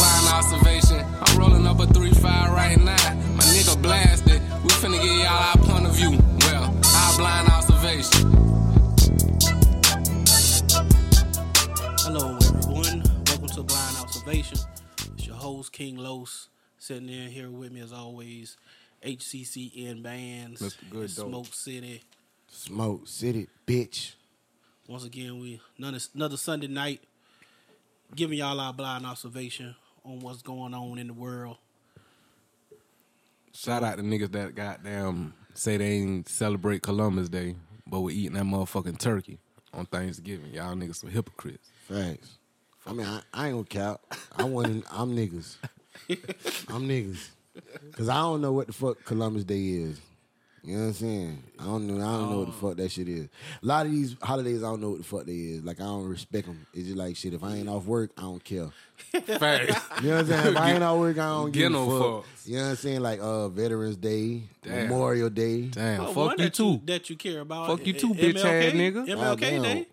observation. I'm rolling up a 3-5 right now. My nigga blasted. We finna get y'all our point of view. Well, our blind observation. Hello, everyone. Welcome to Blind Observation. It's your host, King Los, sitting in here with me as always. HCCN Bands, Mr. Good and Dope. Smoke City. Smoke City, bitch. Once again, we another, another Sunday night, giving y'all our blind observation on what's going on in the world. Shout out to niggas that goddamn say they ain't celebrate Columbus Day, but we eating that motherfucking turkey on Thanksgiving. Y'all niggas some hypocrites. Thanks. I mean, I, I ain't gonna cap. I want. I'm niggas. I'm niggas. Cause I don't know what the fuck Columbus Day is. You know what I'm saying? I don't know. I don't know what the fuck that shit is. A lot of these holidays, I don't know what the fuck they is. Like I don't respect them. It's just like shit. If I ain't off work, I don't care. Fact. You know what I'm saying? If I ain't off work, I don't Get give no a fuck. fucks. You know what I'm saying? Like uh, Veterans Day, Damn. Memorial Day, Damn, Well, one fuck you that too. That you care about. Fuck you Eh, too, MLK? bitch-ass nigga. MLK Goddamn. Day.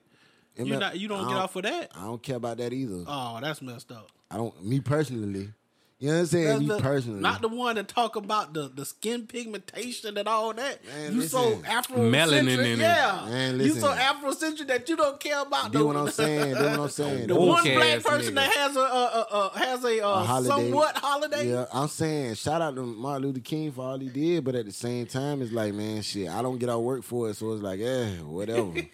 You ML not you don't I get off for that. I don't care about that either. Oh, that's messed up. I don't. Me personally, you know what I'm saying? That's Me the- personally, Not the one that talk about the, the skin pigmentation and all that. Man, you so listen. Afrocentric. Melanin in it. yeah. Man, you so listen. Afrocentric that you don't care about Do the, what I'm saying. Do what I'm saying. the Woke one ass black person nigga. that has a, uh uh uh has a, A uh, somewhat holiday. Yeah, I'm saying shout out to Martin Luther King for all he did, but at the same time, it's like, man, shit, I don't get out work for it, so it's like, eh, whatever. it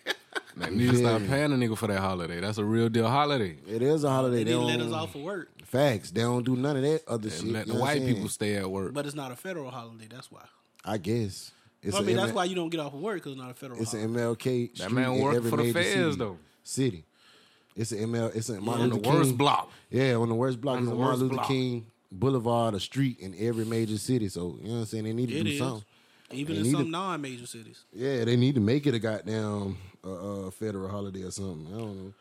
Like, need to stop Yeah. paying a nigga for that holiday. That's a real deal holiday. is a holiday. They They, don't let us off of work, facts. They don't do none of that other shit. And let the you know what I'm white saying? people stay at work. but it's not a federal holiday. That's why. I guess. It's I a mean, that's M- why you don't get off of work because it's not a federal It's holiday. an MLK. That street man in worked every for the major feds, city. though. City. It's an ML. It's a Martin on the Luther worst King. block. Yeah, on the worst block. On It's the on Martin worst Luther block. King Boulevard, a street in every major city. So you know what I'm saying? They need to It do is. something. Even They in need some to- non-major cities. Yeah, they need to make it a goddamn uh, uh, federal holiday or something. I don't know.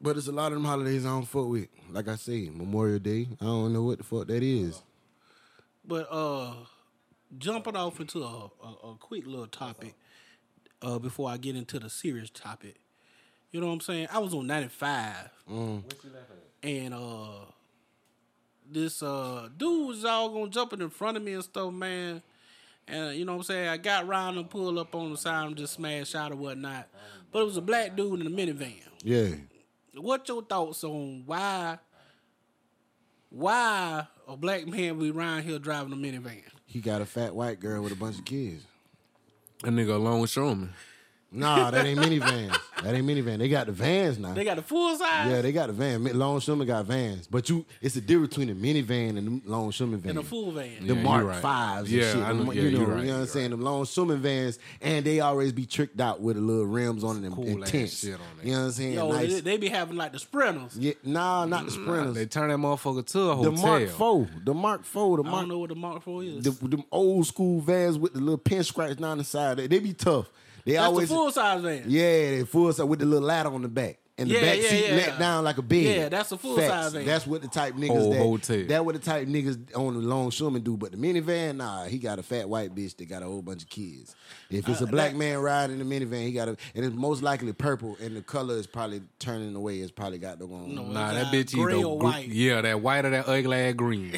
But it's a lot of them holidays I don't fuck with. Like I say, Memorial Day. I don't know what the fuck that is. But uh jumping off into a, a, a quick little topic uh before I get into the serious topic. You know what I'm saying? I was on 95. And uh this uh dude was all gonna jump in front of me and stuff, man. And you know what I'm saying? I got round and pulled up on the side and just smashed out or whatnot. But it was a black dude in a minivan Yeah. what your thoughts on why why a black man be around here driving a minivan? He got a fat white girl with a bunch of kids. That nigga a longshoreman. Nah, that ain't minivans. That ain't minivan. They got the vans now. They got a full size yeah, they got the van. Mi- Longshoreman got vans, but you, it's the difference between a minivan and the longshoreman van. and a full van. Yeah, you the Mark right. Fives Yeah, and shit. I The know- mo- yeah, you know, you right, you know what you I'm saying? Them long swimming vans, and they always be tricked out with the little rims on them Cool and ass tents. shit on it. You know what I'm saying? Yo, nice. they, they be having like the sprinters. yeah, nah, not the Sprinters. Mm, They turn that motherfucker to a the hotel. Mark Four, the Mark Four, the I don't Mark, know what the Mark Four is. the, them old school vans with the little pin scratch down the side. They, they be tough. They That's always, the full size van. yeah, they full side with the little ladder on the back. And the Yeah, back yeah, seat yeah. let down like a bed. Yeah, that's a full Facts. size van. That's what the type niggas Whole that hotel. that what the type niggas on the longshoreman do. But the minivan, nah, he got a fat white bitch that got a whole bunch of kids. If Uh, it's a black man riding the minivan, he got a and it's most likely purple and the color is probably turning away. It's probably got the wrong. No. Nah, that Nah, bitch gray either or gr- white. Yeah, that white or that ugly ass green.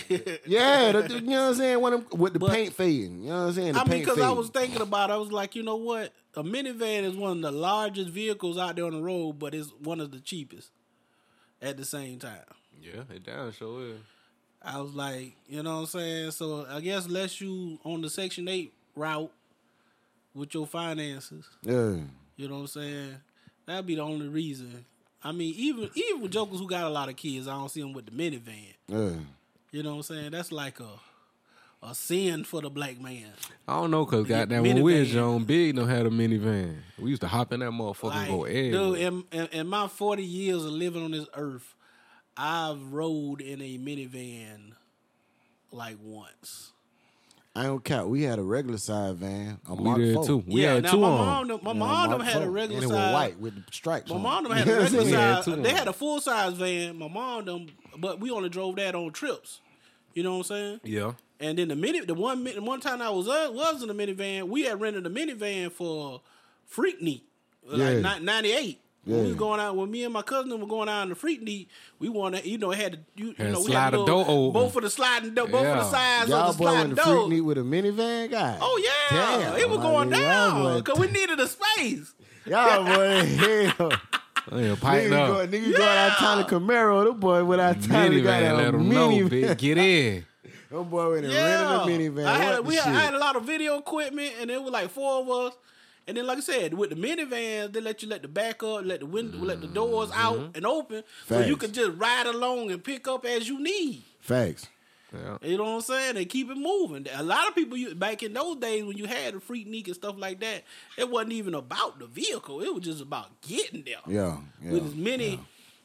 Yeah, the, you know what I'm saying? One of them, with the But- paint fading. You know what I'm saying? The I mean, paint because I fading. was thinking about, it, I was like, you know what? A minivan is one of the largest vehicles out there on the road, but it's one of the cheapest at the same time. yeah, it down sure is. I was like, you know what I'm saying? So I guess unless you on the section eight route with your finances, yeah. you know what I'm saying? That'd be the only reason. I mean, even even with jokers who got a lot of kids, I don't see them with the minivan. Yeah. You know what I'm saying? That's like a a sin for the black man. I don't know, cause goddamn, when we was minivan. young, Big done had a minivan. We used to hop in that motherfucker Like, and go dude, everywhere. in, in, in my 40 years of living on this earth, I've rode in a minivan like once. I don't count. We had a regular size van. A We Mark did 4. too. We yeah, had now two my on. mom, done- my mom You know, Mark done had a four. regular and it size. was white with the stripes. My on mom it. them had a regular Yeah, size. two of They them. had a full size van. My mom them, but we only drove that on trips. You know what I'm saying? Yeah, And then the minute the one min- the one time I was uh, was in a minivan, we had rented a minivan for Freaknik, like Yeah. ni- ninety eight. When we was Yeah. going out when me and my cousin were going out in the freak need, we wanted you know had to you, you Had know we slide had the a door little- open. both for the sliding door, both for Yeah. the sides Y'all of the boy sliding went to door. freak me with a minivan guy. Oh yeah, Damn, it was I going mean, y'all down boy- because we needed a space. Y'all boy, hell. Yeah, Nigga, pipe go, up. nigga go out Tiny Camaro. The boy went out Tiny got Minivan, a let them know, minivan. bitch. Get in. That boy went and Yeah, rented a minivan. I had, What the we had, shit? I had a lot of video equipment, and there were like four of us. And then, like I said, with the minivans, they let you let the back up, let the window, let the doors out and open, so you Mm-hmm. Facts. could just ride along and pick up as you need. Facts. Yeah. You know what I'm saying? They keep it moving. A lot of people you, back in those days when you had the freak and stuff like that, it wasn't even about the vehicle. It was just about getting there Yeah. yeah with as many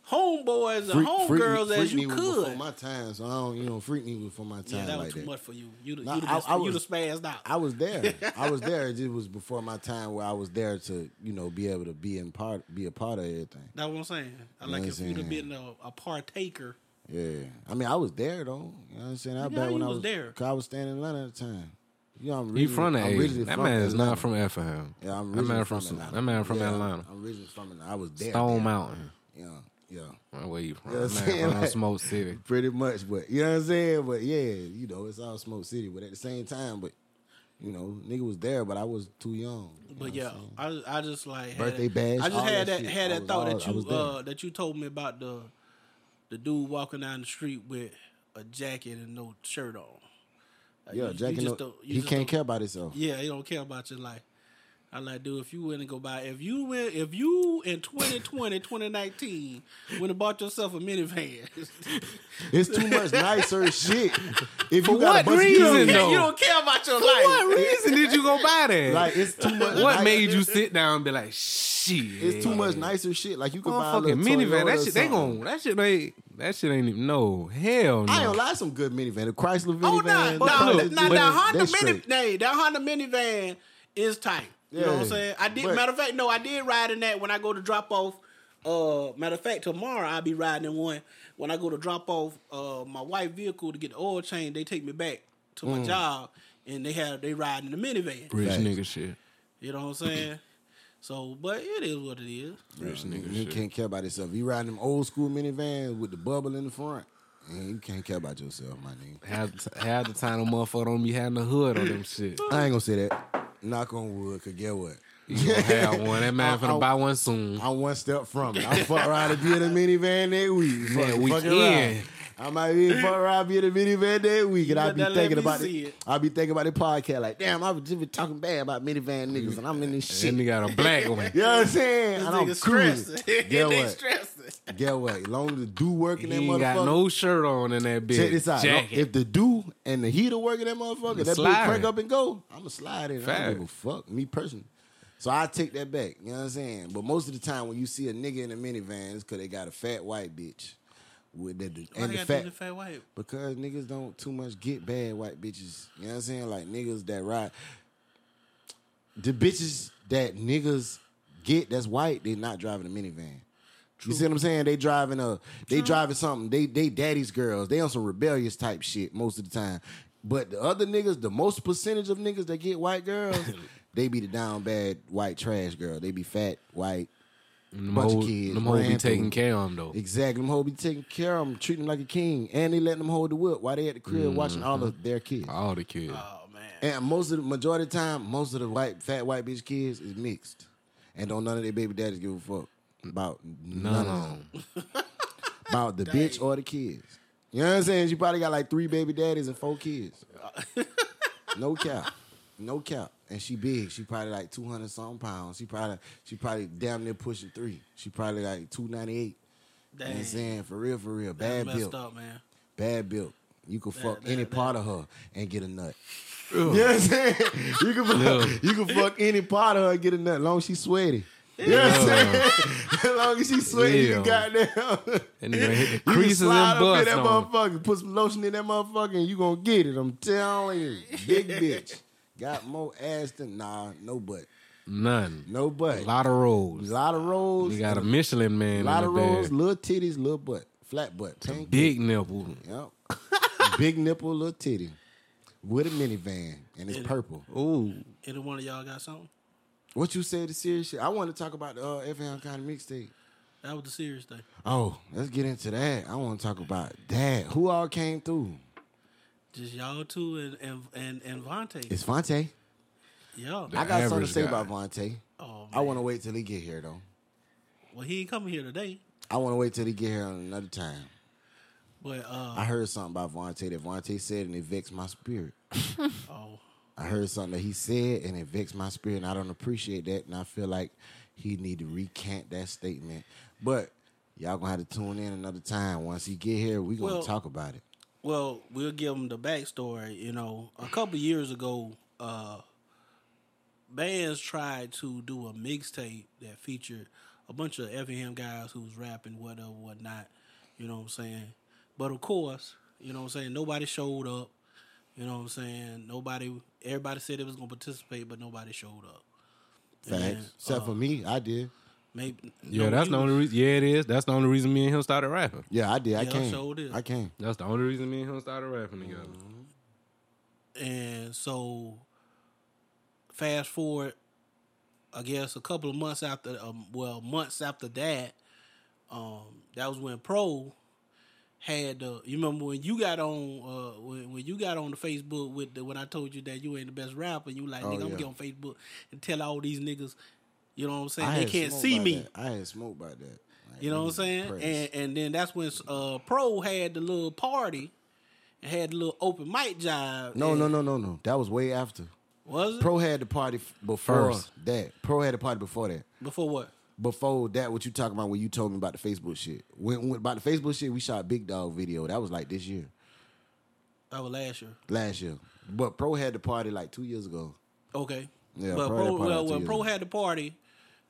homeboys and Freak- Freak- homegirls as Freak you Me was before could. my time, so I don't, you know, freak me was for my time yeah, that was like too that. much for you. You Nah, nah, you I- I you was- spazzed out. I was there. I was there. It just was before my time where I was there to, you know, be able to be in part, be a part of everything. That's what I'm saying. I know like what if I'm you'd have saying? been a, a partaker. Yeah. I mean, I was there though. You know what I'm saying? I Nigga, bet how when you I was was there? Cause I was staying in Atlanta at the time. You know, I'm He originally, from that I'm originally age. That from man is Atlanta. not from Effingham. Yeah, I'm that originally man from, Atlanta. that man from Yeah, Atlanta. I'm originally from Atlanta. I was there. Stone there. Mountain. Yeah, yeah. Where you from? You know what That I'm man saying? from Like- Smoke City. Pretty much, but you know what I'm saying? But yeah, you know, it's all Smoke City. But at the same time, but you know, nigga was there, but I was too young. you know But what yeah, I'm saying? I I just like had- Birthday bash, I just all had that that shit. had I that was thought all- that I was you there. uh, that you told me about the the dude walking down the street with a jacket and no shirt on. Like, yeah, uh, you- you Jack, just and don't- you he just can't don't- care about himself. Yeah, he don't care about your life. I like, dude, if you went and go buy, if you went, if you in 2020, 2019, went and bought yourself a minivan, It's too much nicer shit. If you what got a bunch of reason, kids- though? you don't care about your life. What reason did you go buy that? Like it's too much. what ni- made you sit down and be like, shit? It's too much nicer shit. Like you could buy a Motherfucking little minivan. Toyota That or shit, they something. gon' that shit ain't that shit ain't even no hell no. I ain't gonna lie, some good minivan. The Chrysler minivan. Oh no, the nah, no, look, Pilot, but- no, that that's- Honda that's mini, straight. nay, that Honda minivan is tight. You know what I'm Yeah, saying? I did. but- matter of fact, no, I did ride in that when I go to drop off. Uh, matter of fact, tomorrow I'll be riding in one when I go to drop off uh my white vehicle to get the oil change. They take me back to Mm. my job, and they have they ride in the minivan. Rich Facts. nigga shit. You know what I'm saying? so, but it is what it is. Rich nigga You shit. can't care about yourself. You riding them old school minivans with the bubble in the front, and you can't care about yourself, my nigga. Half, the t- half the time, the motherfucker don't be having a hood on them shit. I ain't gonna say that. Knock on wood, cause get what? You gonna have one. That man finna buy one soon. I'm one step from it. I'm fuck around to be in a minivan that week. Fuck, That fuck weekend. around. I might be fuck around be in a minivan that week, and I'll be better let thinking me about see it. it. I'll be thinking about the podcast. Like, damn, I was just been talking bad about minivan niggas, and I'm in this shit. And You he got a black one. know what I'm saying? And I'm Niggas stressed. cruising. Get they what? stressed. Get what? Long as the do work He in that ain't motherfucker. got no shirt on in that bitch. Check this out. Jacket. If the do and the heater work in that motherfucker, that bitch slide crank it. up and go, I'ma slide it. I Fact. don't give a fuck. Me personally. So I take that back. You know what I'm saying? But most of the time when you see a nigga in a minivan, it's cause they got a fat white bitch. With the, the- Why and they the got fat the fat white? because niggas don't too much get bad white bitches. You know what I'm saying? Like niggas that ride. The bitches that niggas get that's white, they not driving a minivan. You see what I'm saying? They driving a they driving something. They they daddy's girls. They on some rebellious type shit most of the time. But the other niggas, the most percentage of niggas that get white girls, they be the down bad white trash girl. They be fat, white, them bunch of hoes- kids, them hoes be ran taking through. care of him though. Exactly. Them hoes be taking care of them, treating them like a king, and they letting them hold the whip while they at the crib watching all of their kids. Mm-hmm. All the kids. Uh, Oh man. And most of the majority of the time, most of the white fat white bitch kids is mixed, and don't none of their baby daddies give a fuck about none, None of of them. 'em. about the bitch or the kids. You know what I'm saying? You probably got like three baby daddies and four kids. No cap. No cap. And she big. She probably like 200 something pounds. She probably she probably damn near pushing three. She probably like 298. You know what I'm Dang. saying? For real, for real. That's Bad messed built. up, man. Bad built. You can fuck that- any that- part of her and get a nut. You know what I'm saying? You can, Yeah. fuck, you can fuck any part of her and get a nut, long as she sweaty. You know what I'm saying? as long as she sweaty, you can goddamn. And nigga hit the You can creases slide and up in bust that on. 'em. motherfucker, put some lotion in that motherfucker, and you gonna get it. I'm telling you, big bitch got more ass than nah, no butt, None. no A butt. lot of A rolls. lot of rolls, We got a Michelin man. lot of in the rolls, bed. little titties, little butt, flat butt, pancake. Big nipple. Yep. big nipple, little titty, with a minivan, and it's purple. Ooh. Either one of y'all got something? What you said, the serious shit. I want to talk about the uh, FM kind of mixtape. That was the serious thing. Oh, let's get into that. I want to talk about that. Who all came through? Just y'all two and and and, and Vontae. It's Vontae. yeah. The I got something average to say guy. about Vontae. oh, I man. want to wait till he get here though. well, he ain't coming here today, I want to wait till he get here another time. but uh, I heard something about Vontae that Vontae said and it vexed my spirit. oh, I heard something that he said and it vexed my spirit, and I don't appreciate that. And I feel like he need to recant that statement. But y'all gonna have to tune in another time. Once he get here, we gonna Well- talk about it. well, we'll give him the backstory. You know, a couple years ago, uh, bands tried to do a mixtape that featured a bunch of Effingham guys who was rapping, whatever, whatnot. You know what I'm saying? But of course, you know what I'm saying. Nobody showed up. You know what I'm saying? Nobody. Everybody said they was gonna participate, but nobody showed up. Facts. And, uh, Except for me, I did. Maybe. Yeah, that's the only reason. Yeah, it is. That's the only reason me and him started rapping. Yeah, I did. I Yeah, I came. sure did. I came. That's the only reason me and him started rapping together. Mm-hmm. And so, fast forward, I guess a couple of months after, um, well, months after that, um, that was when Pro had the. You remember when you got on, uh, when, when you got on the Facebook with the, when I told you that you ain't the best rapper, you like, Oh, nigga, I'm gonna yeah. get on Facebook and tell all these niggas, you know what I'm saying? I they had can't smoke see about me. that. I had smoke about that. Like, You know what we I'm was saying? depressed. And and then that's when uh, Pro had the little party and had the little open mic job. no, and- no, no, no, no. That was way after. Was it Pro had the party f- before First. that. Pro had the party before that. before what? Before that, what you talking about when you told me about the Facebook shit? When, when about the Facebook shit, we shot Big Dog video. That was like this year, That was last year. last year. But Pro had the party like two years ago. Okay. Yeah, but Pro had Pro, a party well, two when years Pro ago. had the party,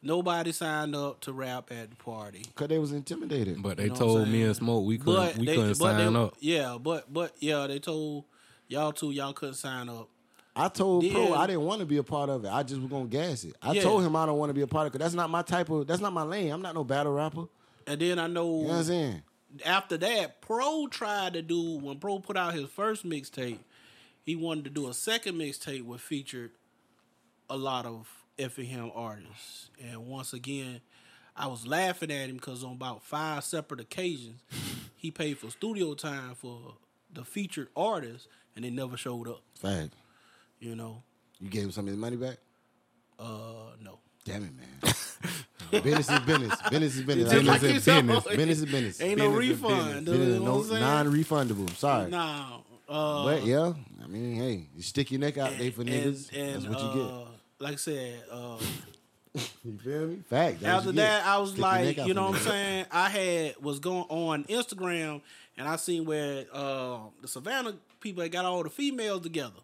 nobody signed up to rap at the party. Cause they was intimidated. But they You know what I'm told me saying? and Smoke we couldn't we couldn't sign they, up. Yeah, but but yeah, they told y'all two y'all couldn't sign up. I told Pro Then- I didn't want to be a part of it. I just was gonna gas it. I Yeah. told him I don't want to be a part of it. 'cause that's not my type of. That's not my lane. I'm not no battle rapper. And then I know You know what I'm saying? after that, Pro tried to do when Pro put out his first mixtape, he wanted to do a second mixtape which featured a lot of Effingham artists. And once again, I was laughing at him because on about five separate occasions, he paid for studio time for the featured artists, and they never showed up. Fact. You know, You gave him some of his money back. uh, no. Damn it, man. business is business. Business is business. Just Ain't no- like you said, business. business is business. Ain't no Business is refund. dude, Business you is know no, what I'm saying? non-refundable. Sorry. Nah. Uh, But yeah, I mean, hey, you stick your neck out there for niggas. that's what you uh, Like I said, uh, get. You feel me? Fact. that's what After you that, get. I was Stick your neck like, out you for know what I'm niggas. saying? I had was going on Instagram and I seen where uh, the Savannah people had got all the females together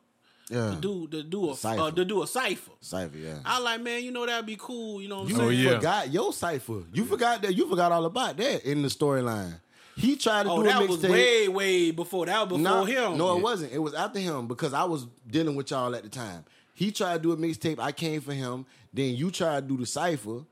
to Yeah. do to do a Cypher. uh, to do a cipher. Cypher, yeah. I like, man, you know that'd be cool. You know what I'm you Oh, saying? yeah. forgot your cipher. You forgot that. You forgot all about that in the storyline. He tried to Oh, do a that was mixtape. way way before that was before Nah, him. No, it wasn't. It was after him because I was dealing with y'all at the time. He tried to do a mixtape. I came for him. Then you tried to do the cipher.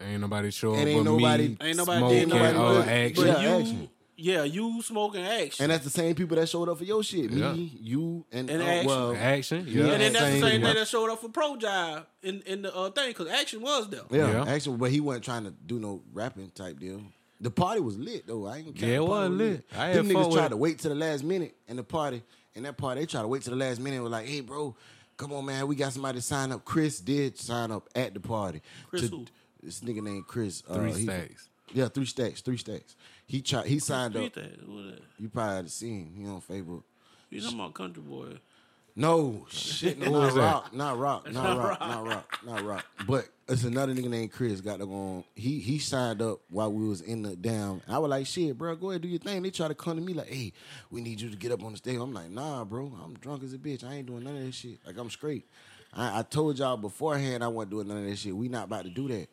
Ain't nobody sure. And ain't but nobody- me, ain't nobody Smoke, did and, nobody. uh, but- action. But Yeah, you, action. yeah, you smoking action. And that's the same people that showed up for your shit. Me, Yeah. you, and, And uh, Action. well, action. Yeah, and then that's the same yeah. thing that showed up for Pro Jive in, in the uh, thing because action was there. yeah, Yeah. Actually, but he wasn't trying to do no rapping type deal. The party was lit though. I ain't Yeah, it was lit. I had Them fun niggas with tried it. to wait to the last minute in the party. In that party, they tried to wait to the last minute. and Was like, hey, bro, come on, man, we got somebody to sign up. Chris did sign up at the party. Chris To- who? This nigga named Chris. uh, Three he- stacks. Yeah, three stacks. Three stacks. He tried. He signed Tweet up. that. Who that? You probably had seen him. He on Facebook. You talking about country boy? No shit, no, is not that? rock, not rock, not rock, not rock, not rock. But it's another nigga named Chris got to go on. He he signed up while we was in the damn. I was like, shit, bro, go ahead do your thing. They try to come to me like, hey, we need you to get up on the stage. I'm like, nah, bro, I'm drunk as a bitch. I ain't doing none of that shit. Like I'm straight. I, I told y'all beforehand I wasn't doing none of that shit. We not about to do that.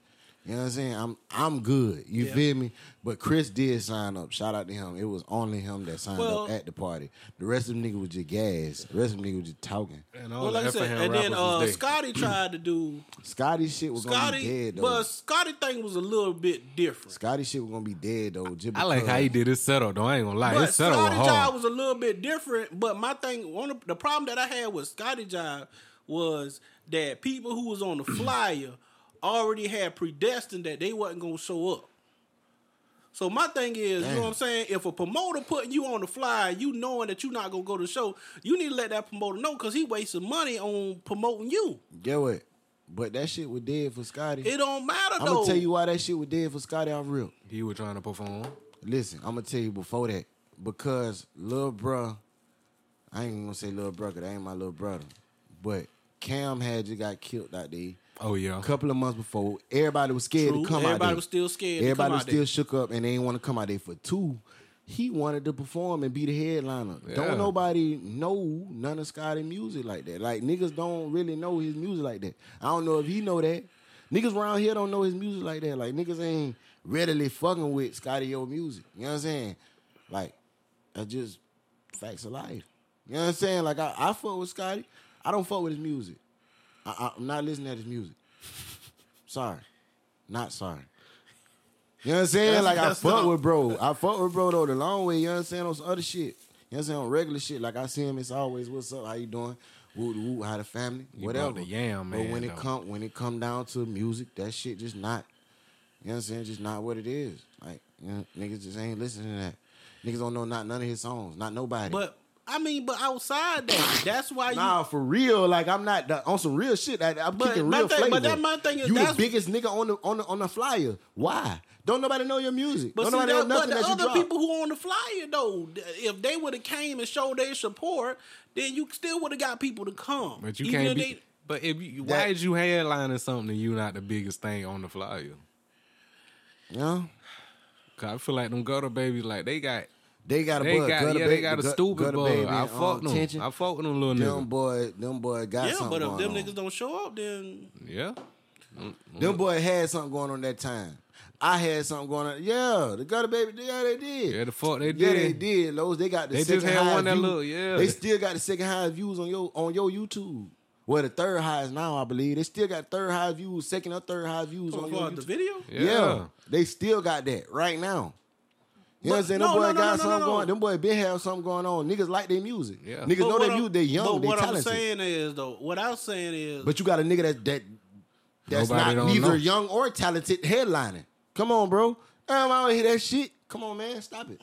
You know what I'm saying? I'm I'm good. You Yeah. feel me? But Chris did sign up. Shout out to him. It was only him that signed Well- up at the party. The rest of them niggas was just gas. The rest of them niggas was just talking. And all Well, like I the said, Effingham and then rappers was uh, there. Scotty tried to do Scotty shit was gonna be Scotty, dead though. but Scotty thing was a little bit different. Scotty shit was gonna be dead though. just I like how he because- did his setup. Though I ain't gonna lie, But his setup was Scotty Jive hard. was a little bit different. But my thing, one of the problem that I had with Scotty Jive was that people who was on the flyer already had predestined that they wasn't gonna show up. So my thing is, you know what I'm saying? If a promoter putting you on the flyer, you knowing that you're not gonna go to the show, you need to let that promoter know because he wasting money on promoting you. Get what? But that shit was dead for Scotty. It don't matter I'm though. gonna tell you why that shit was dead for Scotty off real. He was trying to perform. Listen, I'm gonna tell you before that because little bruh, I ain't even gonna say little bruh, 'cause that ain't my little brother, but Cam had just got killed out there. Oh yeah. A couple of months before, everybody was scared True. to come out. Everybody there. was still scared to Everybody come was out still there. shook up, and they didn't want to come out there for two. He wanted to perform and be the headliner. Yeah. Don't nobody know none of Scotty music like that. Like niggas don't really know his music like that. I don't know if he know that. Niggas around here don't know his music like that. Like niggas ain't readily fucking with Scotty O music. You know what I'm saying? Like that's just facts of life. You know what I'm saying? Like I, I fuck with Scotty. I don't fuck with his music. I, I, I'm not listening to his music. Sorry, not sorry. You know what I'm saying? That's like I messed fuck up. with bro. I fuck with bro though the long way. You know what I'm saying? On some other shit. You know what I'm saying? On regular shit. Like I see him, it's always what's up, how you doing? Woo woo, how the family, You whatever. brought the yam, man, But when though. it come when it come down to music, that shit just not. You know what I'm saying? Just not what it is. Like you know, niggas just ain't listening to that. Niggas don't know not none of his songs. Not nobody. But I mean, but outside that, that's why you Nah, for real. Like I'm not the, on some real shit. I, I'm But kicking my real thing- flavor. but that- my thing is you the that's- biggest nigga on the on the on the flyer. Why? Don't nobody know your music. But Don't see, nobody that, know but nothing the that you other drop. people who on the flyer though, th- if they would have came and showed their support, then you still would have got people to come. But you Even can't if be. but if you, why That- is you headlining something and you not the biggest thing on the flyer? Yeah, Cause I feel like them gutter babies, like they got, they got a they bug. got, Gutter yeah, Ba- they got a Gut- stupid Gutter bug. Baby I and, um, fucked them. Tension. I fucked them little Them niggas. boy, them boy got Yeah, something but if going them on. niggas don't show up, then Yeah. Them boy had something going on that time. I had something going on. Yeah, the gutter baby. Yeah, they did. Yeah, the fuck they Yeah, they did. did. Lowe's, they got the They just second had highest one that view- look, yeah. They still got the second highest views on your on your YouTube. Well, the third highest now, I believe. They still got third highest views, second or third highest views on your for the YouTube. video. Yeah. Yeah. they still got that right now. You But- know what I'm saying? no, them boy no, no, got no, no, something no. going. Them boy been have something going on. Niggas like their music. Yeah. Niggas But know what their I'm- music. They But young. They what talented. I'm saying is though, what I'm saying is, But you got a nigga that that that's Nobody not don't neither know. young or talented headlining. Come on, bro. Damn, I don't hear that shit. Come on, man. Stop it.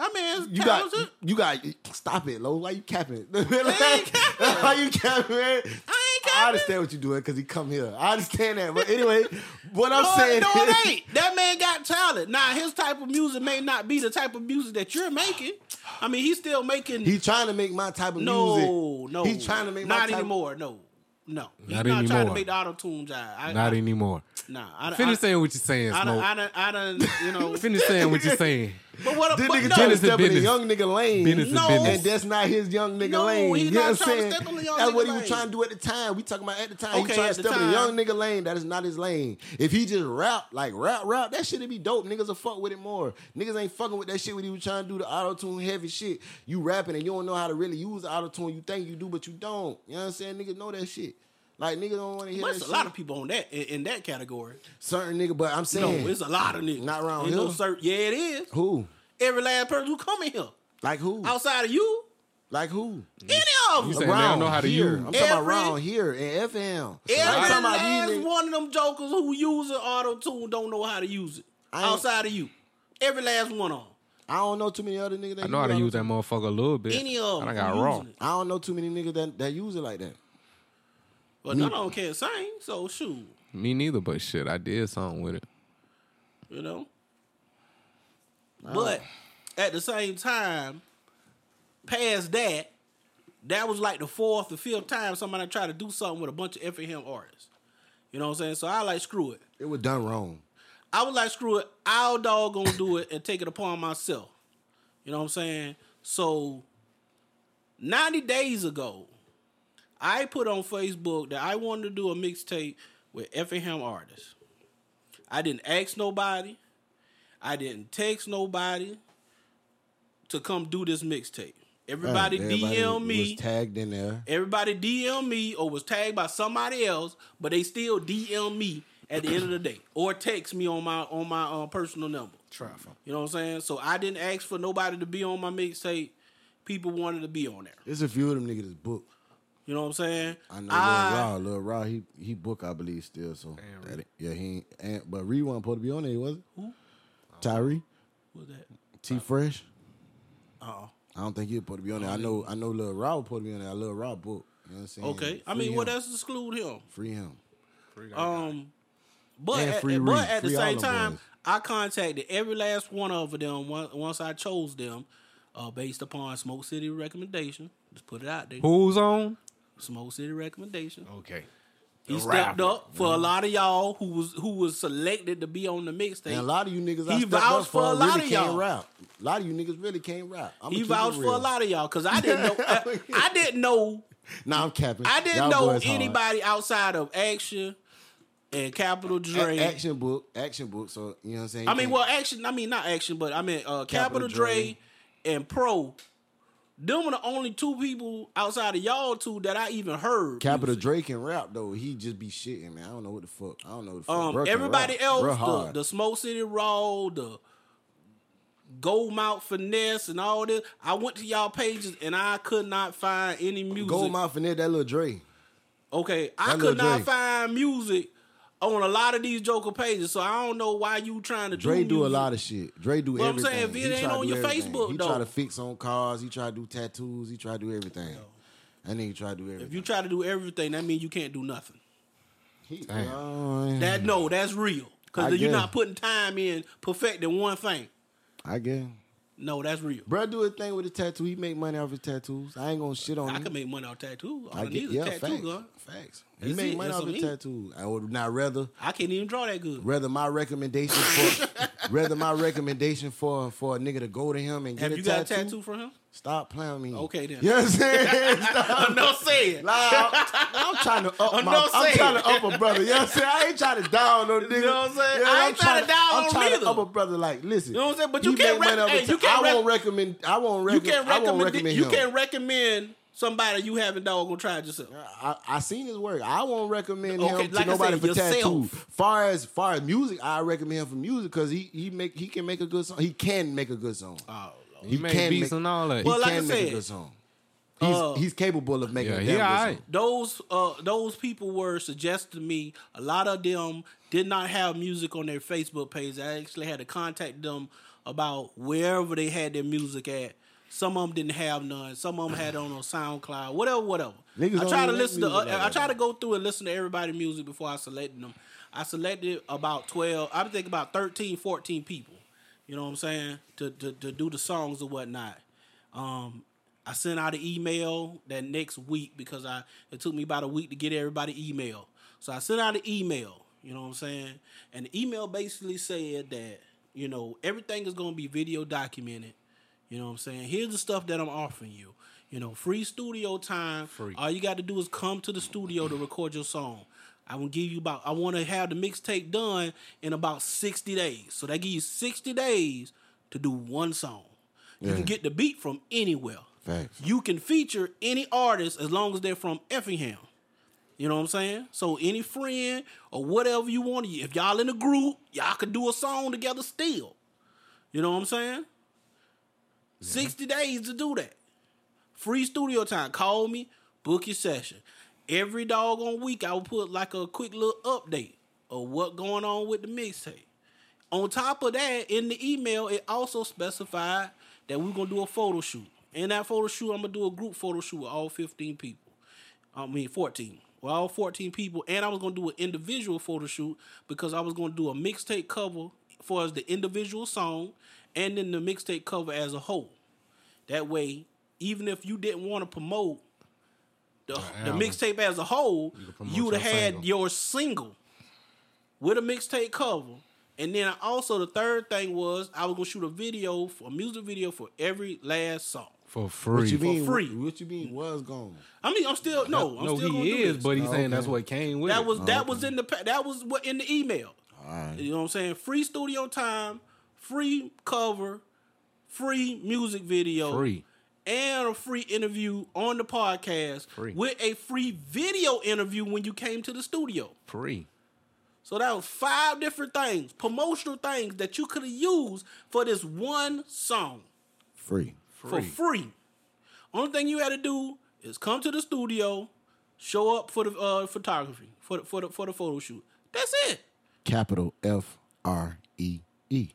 I mean, You got you got stop it, Lo. Why you capping? capping. Why you capping, I man? ain't I capping. understand what you're doing because he come here. I understand that. But anyway, what I'm No, saying no, is, it ain't. That man got talent. Now his type of music may not be the type of music that you're making. I mean, he's still making. he's trying to make my type of music. No, no. He's trying to make my not type- anymore. No, no. He's Not not, trying to anymore. make the auto tune job. I, Not I, anymore. Nah, I, Finish I, saying what you're saying, I, done- I, Smoke. done- I, done, you know. Finish saying what you're saying. But what? This But nigga trying no, to Business is step in a business. young nigga lane. Business is No. business. And that's not his young nigga No, lane. he you not know what I'm trying to saying? step on the young that's what nigga he was lane. trying to do at the time. We talking about at the time. Okay, he trying at to the step in the young time. nigga lane. That is not his lane. If he just rap, like rap, rap, that shit'd be dope. Niggas will fuck with it more. Niggas ain't fucking with that shit when he was trying to do the auto-tune heavy shit. You rapping and you don't know how to really use the auto-tune. You think you do, but you don't. You know what I'm saying? Niggas know that shit. Like niggas don't want to hear There's that a lot shit. of people on that in, in that category. Certain nigga, but I'm No, saying it's a lot of niggas. Not around Ain't No here. certain, yeah, it is. who? Every last person who come in here Like who? outside of you, Like who? any of Mm. You them. saying they don't know how to here. use. I'm talking about Every- around here in FM. I'm Every talking about last these niggas- one of them jokers who use an auto tune don't know how to use it I ain't- outside of you. Every last one of them. I don't know too many other niggas that I know how to auto- use that motherfucker a little bit. Any of them. I done got who raw. using it. I don't know too many niggas that, that use it like that. But none of them can sing, so shoot, Me neither, but shit, I did something with it. you know. But at the same time, past that, that was like the fourth or fifth time somebody tried to do something with a bunch of Effingham artists. You know what I'm saying? So I like screw it. It was done wrong. I was like, screw it. I'll dog gonna do it and take it upon myself. You know what I'm saying? So, 90 days ago, I put on Facebook that I wanted to do a mixtape with Effingham artists. I didn't ask nobody. I didn't text nobody to come do this mixtape. Everybody, DM me. was tagged in there. Everybody DM me or was tagged by somebody else, but they still DM me at the end of the day or text me on my on my uh, personal number. You know what I'm saying? So I didn't ask for nobody to be on my mixtape. People wanted to be on there. There's a few of them niggas that's booked. You know what I'm saying? I know Lil Ah. Raw. Lil Raw, he he book, I believe, still. So that, yeah, he ain't, and, but Reed wasn't supposed to be on there, was it? Who? Tyree, What's that? T Fresh. Oh. I don't think he was supposed to be on there. I know I know Lil Raw was supposed to be on there. I Lil Raw book. You know what I'm saying? Okay. I Free mean, what him. else exclude him? Free him. Um, but And at, free but Reed, at the free all same them time, boys. I contacted every last one of them on- once I chose them, uh, based upon Smoke City recommendation. Just put it out there. Who's on? Smoke City recommendation. Okay. He The stepped rapper. up for a lot of y'all who was who was selected to be on the And a mixtape. lot of you niggas, I He stepped up vouched for a really lot of can't y'all. Rap. A lot of you niggas really can't rap. I'ma He keep it vouched for real. a lot of y'all because I didn't know I, I didn't know Nah, I'm capping. I didn't Y'all know boys hard. anybody outside of Action and Capital A- Dre. action book, action book. So you know what I'm saying. I You mean, can't- well, action. I mean, not action, but I mean, uh, Capital, Capital Dre Dre. and Pro. Them were the only two people outside of y'all two that I even heard. Capital music. Drake can rap though. He just be shitting, man. I don't know what the fuck. I don't know what the fuck. Um, Bro can everybody rap. Bro else, the, hard. the Smoke City Raw, the Gold Mount Finesse, and all this. I went to y'all pages and I could not find any music. Gold Mouth and that little Dre. Okay, I That could Lil not Dre. find music on a lot of these Joker pages, so I don't know why you trying to Dre do do a music. lot of shit. Dre do Well, I'm everything. saying, if it He ain't try to on do your everything. Facebook, he though. try to fix on cars. He try to do tattoos. He try to do everything. That nigga try to do everything. If you try to do everything, that means you can't do nothing. He- Damn. Oh, yeah. That no, that's real. Cause I you're guess. not putting time in perfecting one thing. I guess. No, that's real. Bro, do a thing with his tattoo. He make money off his tattoos. I ain't gonna shit on I him. can make money off tattoos. All I, I need get is yeah, a tattoo facts. gun. Facts. That's he make it. money That's off what his I mean. tattoo. I would not rather I can't even draw that good. rather my recommendation for rather my recommendation for for a nigga to go to him and get Have a, you got tattoo, a tattoo from him? Stop playing with me. Okay, then. You know what I'm saying? Stop. I'm not saying. Nah, I'm, I'm trying to up my. not I'm saying. trying to up a brother. You know what I'm saying? I ain't trying to down no nigga. know what I'm saying? I ain't tryna tryna- down on I'm trying neither. to up a brother. Like, listen. You know what I'm saying? But you he can't make money rec- off his hey, you ta- can't I rec- won't recommend. I won't You recommend. can't I won't recommend. recommend you him. can't recommend somebody you haven't doggone tried yourself. I, I seen his work. I won't recommend Okay, him like I to nobody said, for yourself. tattoo. Far as far as music, I recommend him for music because he he make he can make a good song. He can make a good song. Oh, Lord. He made can beats make- and all that. He Well, like I can make said, a good song. He's, uh, he's capable of making Yeah, a he damn good alright. song. those uh those people were suggesting to me a lot of them did not have music on their facebook page i actually had to contact them about wherever they had their music at some of them didn't have none some of them had it on, on soundcloud whatever whatever Niggas i don't try to even make listen to music uh, like i that. try to go through and listen to everybody's music before i selected them i selected about 12 i think about 13 14 people you know what i'm saying to to, to do the songs or whatnot um, I sent out an email that next week because I it took me about a week to get everybody email. So I sent out an email. You know what I'm saying? And the email basically said that you know everything is going to be video documented. You know what I'm saying? Here's the stuff that I'm offering you. You know, free studio time. Free. All you got to do is come to the studio to record your song. I will give you about. I want to have the mixtape done in about 60 days. So they give you 60 days to do one song. You can Yeah. get the beat from anywhere. Facts. You can feature any artist as long as they're from Effingham. You know what I'm saying? So any friend or whatever you want, if y'all in a group, y'all could do a song together still. You know what I'm saying? 60 days to do that. Free studio time. Call me, book your session. Every doggone week, I will put like a quick little update of what going on with the mixtape. On top of that, in the email, it also specified that we're gonna do a photo shoot. In that photo shoot, I'm gonna do a group photo shoot with all 15 people. I mean, 14. With all 14 people, and I was gonna do an individual photo shoot because I was gonna do a mixtape cover for as the individual song, and then the mixtape cover as a whole. That way, even if you didn't want to promote the, the album. mixtape as a whole, could promote you would your have had single. your single with a mixtape cover. And then also the third thing was I was gonna shoot a video, for, a music video for every last song. For free. What you mean? free. What you mean? Was gone. I mean, I'm still no, I'm no, still gonna he Oh, do is, this. but he's Oh, saying okay. that's what came with that it. Uh, was that was in the pa- that was what in the email. All right. You know what I'm saying? Free studio time, free cover, free music video, free. and a free interview on the podcast Free. with a free video interview when you came to the studio. Free. So that was five different things, promotional things that you could have used for this one song Free. Free. for free. Only thing you had to do is come to the studio, Show up for the uh, photography for the, for the for the photo shoot. That's it. Capital F R E E.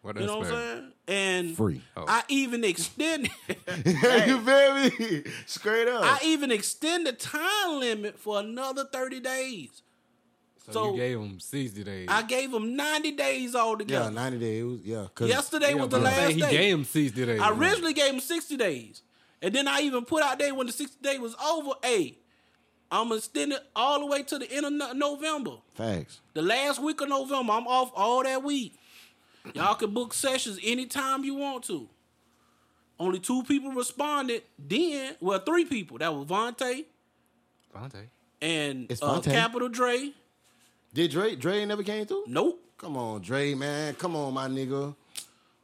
What You else know what I'm bad? saying? And Free. I even extended. you feel me? Straight up. I even extend the time limit for another 30 days. So, So- you gave him sixty days. I gave him 90 days Yeah, altogether. 90 days. It was, yeah. 'cause- Yesterday Yeah, was the but I'm saying last he day. gave him sixty days. I originally gave him 60 days. And then I even put out there when the 60 day was over, hey, I'm going to extend it all the way to the end of No- November. Facts. The last week of November, I'm off all that week. Y'all can book sessions anytime you want to. Only two people responded. Then, well, three people. That was Vontae Vontae. and It's uh, Vontae. Capital Dre. Did Dre, Dre never came through? Nope. Come on, Dre, man. Come on, my nigga.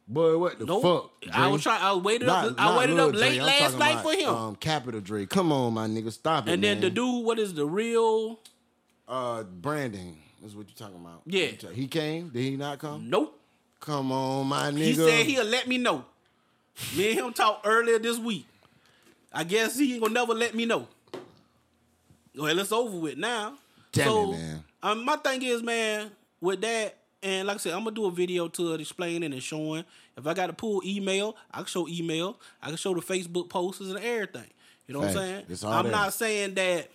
Boy, what the Nope. fuck? I Dre? was trying. I waited up. Not- I not waited Lil up Dre. late I'm last talking night about, for him. Um, Capital Dre. Come on, my nigga. Stop it. and then man. the dude, what is the real? Uh, Brandon is what you talking about. Yeah. He came. Did he not come? Nope. Come on, my nigga. He said he'll let me know. Me and him talked earlier this week. I guess he ain't gonna never let me know. Well, it's over with now. Damn it, so, man. Um, my thing is, man, with that, and like I said, I'm gonna do a video to it explaining and showing. If I got to pull email, I can show email. I can show the Facebook posters and everything. You know what I'm Facts. saying? It's all I'm there. not saying that.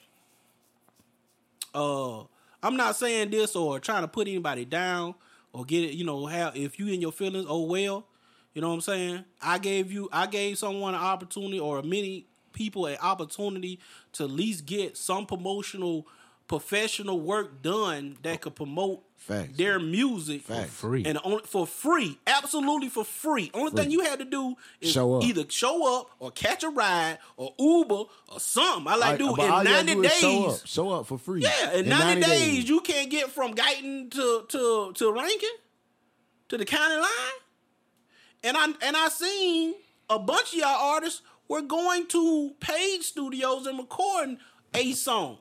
Uh, I'm not saying this or trying to put anybody down or get it. You know how if you in your feelings, oh well. You know what I'm saying? I gave you, I gave someone an opportunity or many people an opportunity to at least get some promotional, professional work done that could promote Facts. their music Facts. Free. and on, for free, absolutely for free. Only thing you had to do is Show up. either show up or catch a ride or Uber or something. I like, All dude, right, but all in you gotta 90 do days. is Show up, show up for free. Yeah, in, 90, days, you can't get from Guyton to to to Rankin to the county line. And I and I seen a bunch of y'all artists were going to paid studios and recording a song.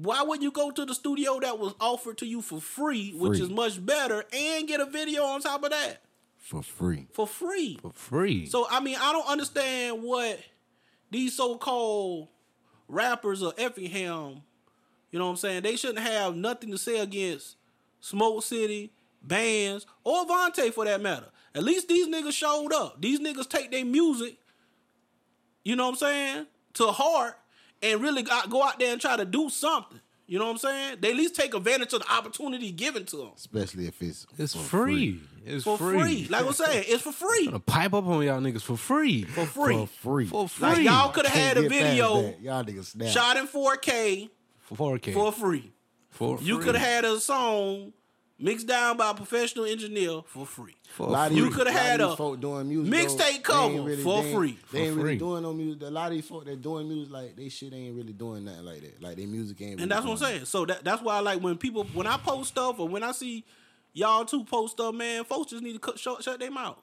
Why would you go to the studio that was offered to you for free, which Free. is much better, and get a video on top of that for free. for free? free. So I mean, I don't understand what these so-called rappers of Effingham, you know what I'm saying? They shouldn't have nothing to say against Smoke City, bands, or Vontae for that matter. At least these niggas showed up. These niggas take their music, you know what I'm saying, to heart and really go go out there and try to do something. You know what I'm saying? They at least take advantage of the opportunity given to them Especially if it's it's for free. It's for free. free. Like I'm saying, it's for free. Gonna pipe up on y'all niggas for free. For free. For free. For free. Like y'all could have Can't had a get past video that. Y'all niggas snap. shot in 4K For 4K. for free. for You free. could have had a song mixed down by a professional engineer for free. For A lot of free. you these- coulda a lot of had these a folk doing music, mixtape though, they ain't cover for they ain't- free. They ain't For really free. doing no music. A lot of these folk that doing music like they shit ain't really doing nothing like that. Like their music ain't. Really And that's what I'm doing saying. So that, that's why I like when people when I post stuff or when I see y'all two post stuff, man, folks just need to cut, shut, shut them out.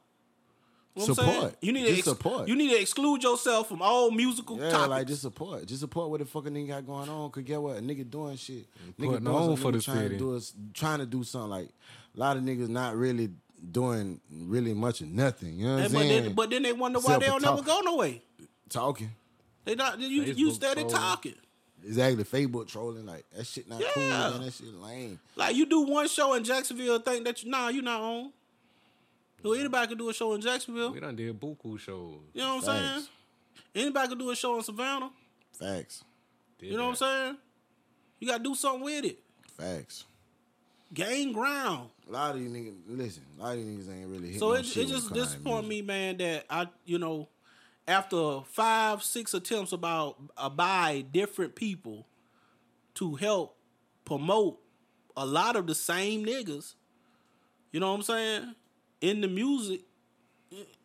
You know what I'm saying? Support. You need to Just ex- support. You need to exclude yourself from all musical Yeah, topics. like just support, just support what the fucking nigga got going on. Cause get what a nigga doing shit, nigga putting doing on something, for nigga the trying city. to do us, trying to do something. Like a lot of niggas not really doing really much of nothing. You know what I'm And- but, saying? then, but then they wonder why Except they for don't ever talk. go no way. talking, They not you you Facebook steady trolling. talking. exactly. Facebook trolling, like that shit not cool, Yeah. man. That shit lame. Like you do one show in Jacksonville, think that you nah, you not on. So anybody can do a show in Jacksonville. We done did buku shows. You know what I'm Facts. saying? Anybody can do a show in Savannah. Facts, Did You know what I'm that. saying? You gotta do something with it. facts. Gain ground. A lot of these niggas, listen, a lot of these niggas ain't really hitting So no it, shit it when just come to that disappointed music. me, man, that I you know, after five, six attempts about uh, by different people to help promote a lot of the same niggas, you know what I'm saying, in the music,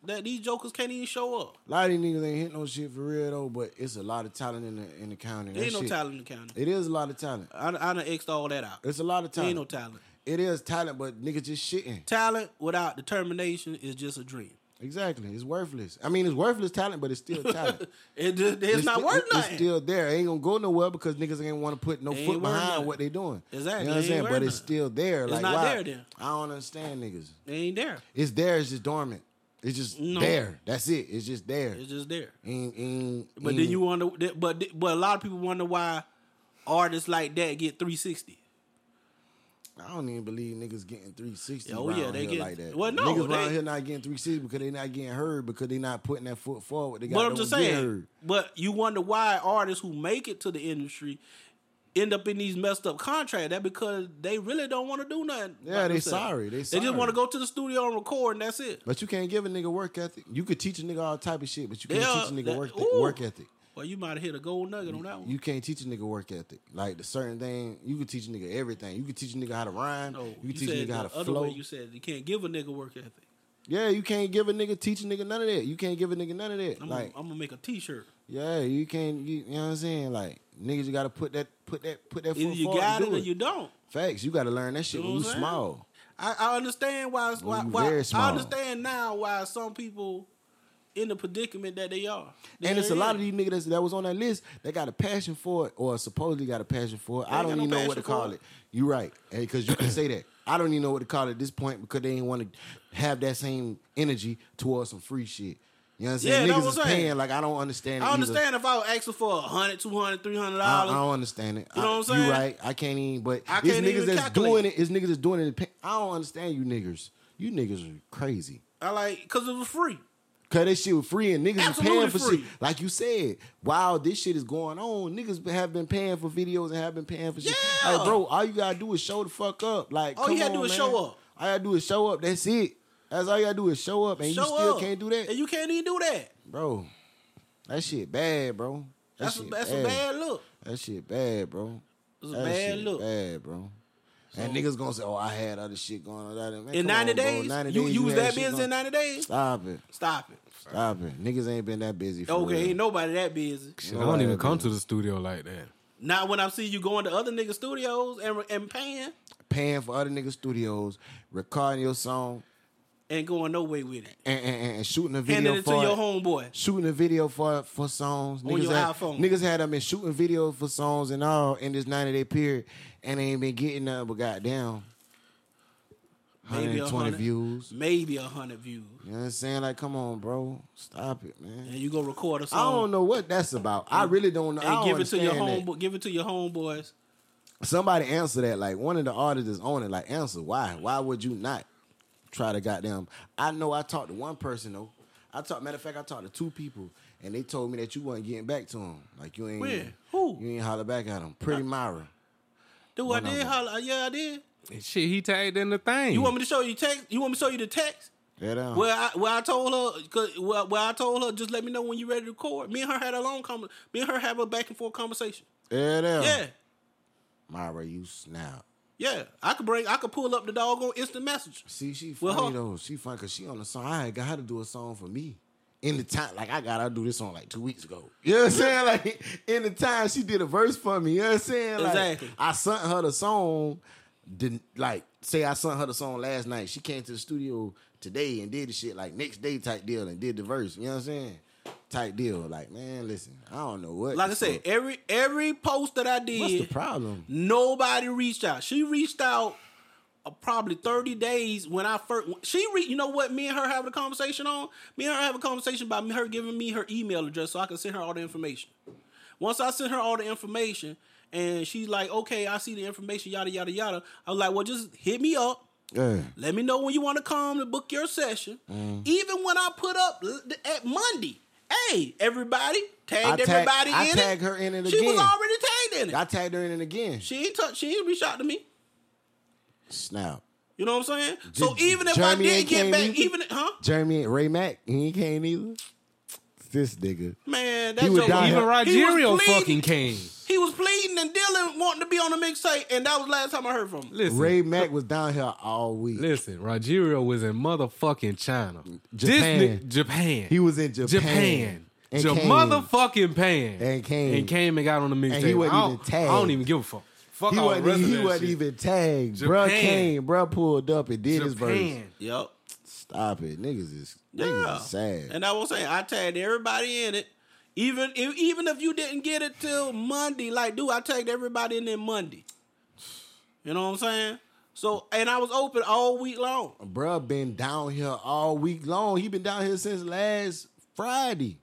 that these jokers can't even show up. A lot of these niggas ain't hitting no shit for real though, but it's a lot of talent in the in the county. There That ain't no shit- talent in the county. It is a lot of talent. I, I done X'd all that out. It's a lot of There talent. ain't no talent. It is talent, but niggas just shitting. Talent without determination is just a dream. Exactly. It's worthless. I mean, it's worthless talent, but it's still talent. It just, it's, not sti- worth it- nothing. It's still there. It ain't gonna go nowhere because niggas ain't want to put no It ain't foot worth behind nothing. what they doing. Exactly. You It know what I'm ain't saying? worth But it's nothing. still there. It's like not why? there then. I don't understand niggas. it ain't there. It's there. It's just dormant. It's just No. there. That's it. It's just there. It's just there. And- and- But and- then you wonder, that- but th- but a lot of people wonder why artists like that get 360. I don't even believe niggas getting 360 Oh, around yeah, they here get- like that. well, no, niggas around they- here not getting 360 because they not getting heard because they not putting that foot forward. They got But I'm just Get saying. heard. But you wonder why artists who make it to the industry end up in these messed up contracts. That because they really don't want to do nothing. Yeah, by they themselves. sorry. They They sorry. just want to go to the studio and record, and that's it. But you can't give a nigga work ethic. You could teach a nigga all type of shit, but you can't Yeah, teach a nigga that- work, ooh. work ethic. Well, you might have hit a gold nugget on that one. You can't teach a nigga work ethic. Like the certain thing, you could teach a nigga everything. You could teach a nigga how to rhyme. no, you you could teach a said nigga how the to other flow. way. You said you can't give a nigga work ethic. Yeah, you can't give a nigga teach a nigga none of that. You can't give a nigga none of that. I'm, like gonna, I'm gonna make a T-shirt. yeah, you can't. You, you know what I'm saying? Like niggas, you gotta put that put that put that foot Either you forward. got to it do or you don't. Facts, you got to learn that shit You when know you what I'm saying? small. I, I understand why. it's- Well, why, you why very I small. understand now why some people in the predicament that they are. And it's a They're lot of in. these niggas that's- that was on that list that got a passion for it or supposedly got a passion for it. I ain't don't got even no know what to passion call for it. it. You're right. Because you can say that. I don't even know what to call it at this point because they ain't want to have that same energy towards some free shit. You know what I'm Yeah, saying? that's niggas what is I'm saying. paying like I don't understand it. I either. understand if I was asking for a hundred, two hundred, three hundred I, I dollars. don't understand it. You know what I'm I- saying? You right. I can't even. But I it's can't niggas even that's calculate. doing it. It's niggas that's doing it. in pa- I don't understand you niggas. You niggas are crazy. I like because it was free. Cause this shit was free and niggas Absolutely is paying for free. shit. Like you said, while this shit is going on, niggas have been paying for videos and have been paying for shit. Yeah. Like, bro, all you gotta do is show the fuck up. Like, All you come gotta do on, is man. show up. All you gotta do is show up. That's it. That's all you gotta do is show up, and Show you still up. can't do that, and you can't even do that. bro. That shit bad, bro. That That's a, shit that's a bad look. That shit bad, bro. It's a That bad shit look. bad, bro. and niggas gonna say, "Oh, I had other shit going on." Man, In come 90 on, bro. days, 90 you, you was had that shit busy going- in 90 days? Stop it, Stop it. stop it. Niggas ain't been that busy. For Okay, real. ain't nobody that busy. Shit, I don't even come to the studio like that. Not when I see you going to other niggas' studios and and paying paying for other niggas' studios, recording your song, and going no way with it. and, and, and- and shooting a video Handing it to for your it. homeboy. Shooting a video for for songs. On your had, iPhone. Niggas had them been shooting videos for songs and all in this 90 day period, and they ain't been getting nothing but goddamn Maybe 120 100. views. Maybe a hundred views. You know what I'm saying? Like, come on, bro. Stop it, man. And you go record a song. I don't know what that's about. I really don't know. I And don't give it to your understand that. homeboy. Give it to your homeboys. Somebody answer that. Like one of the artists is on it. Like answer why? Why would you not try to goddamn? I know I talked to one person though. I talked. Matter of fact, I talked to two people, and they told me that you wasn't getting back to them. Like you ain't. Where? Who? You ain't holler back at them. Pretty Myra. Do I One did of 'em. holla? Yeah, I did. And shit, he tagged in the thing. You want me to show you text? You want me to show you the text? Yeah. down. Where I where I told her, cause where, where I told her, just let me know when you ready to record. Me and her had a long con. Me and her have a back and forth conversation. yeah. down. Yeah, Myra, you snap. yeah. I could bring. I could pull up the dog on instant message. See, she Well, funny her- though. She funny because she on the song. I had got her to do a song for me. In the time, like I got her to do this song like two weeks ago. You know what I'm saying? Like in the time she did a verse for me. You know what I'm saying? Like Exactly. I sent her the song. Didn't like say I sent her the song last night. She came to the studio today and did the shit like next day type deal and did the verse. You know what I'm saying? Type deal. Like man, listen, I don't know what. Like I this said, is. every every post that I what's the did, problem? nobody reached out. She reached out uh, probably thirty days when I first. She re, you know what? Me and her having a conversation on. Me and her have a conversation about me- her giving me her email address so I can send her all the information. Once I sent her all the information, and she's like, "Okay, I see the information, yada yada yada." I was like, "Well, just hit me up." Yeah. Let me know when you want to come to book your session. Mm-hmm. Even when I put up l- at Monday, hey, everybody, I tagged tag- everybody I in it. tagged her in it She was again. already tagged in it. I tagged her in it again. she ain't touch. She ain't reached out to me. Snap. You know what I'm saying? so Did even if Jeremy I did ain't get came back, either? even huh? Jeremy Ray Mack, he can't either. This nigga. Man, He that's was your down Even He Rogerio was pleading. fucking came. He was pleading and dealing, wanting to be on the mixtape, and that was last time I heard from him. Listen, Ray Mack was down here all week. listen, Rogerio was in motherfucking China. Japan. This ni- Japan. He was in Japan. Japan. And Ja- came. motherfucking pan. And came. And came and got on the mixtape. he wasn't I don't- even tagged. I don't even give a fuck. Fuck He all the wasn't, rest of he that wasn't shit. even tagged. Bruh Japan. came. Bruh pulled up and did his verse. Japan. Yep. Stop it. Niggas is, Yeah. niggas is sad. And I was saying, I tagged everybody in it. Even if, even if you didn't get it till Monday, like, dude, I tagged everybody in there Monday. You know what I'm saying? So and I was open all week long. Bruh been down here all week long. He been down here since last Friday.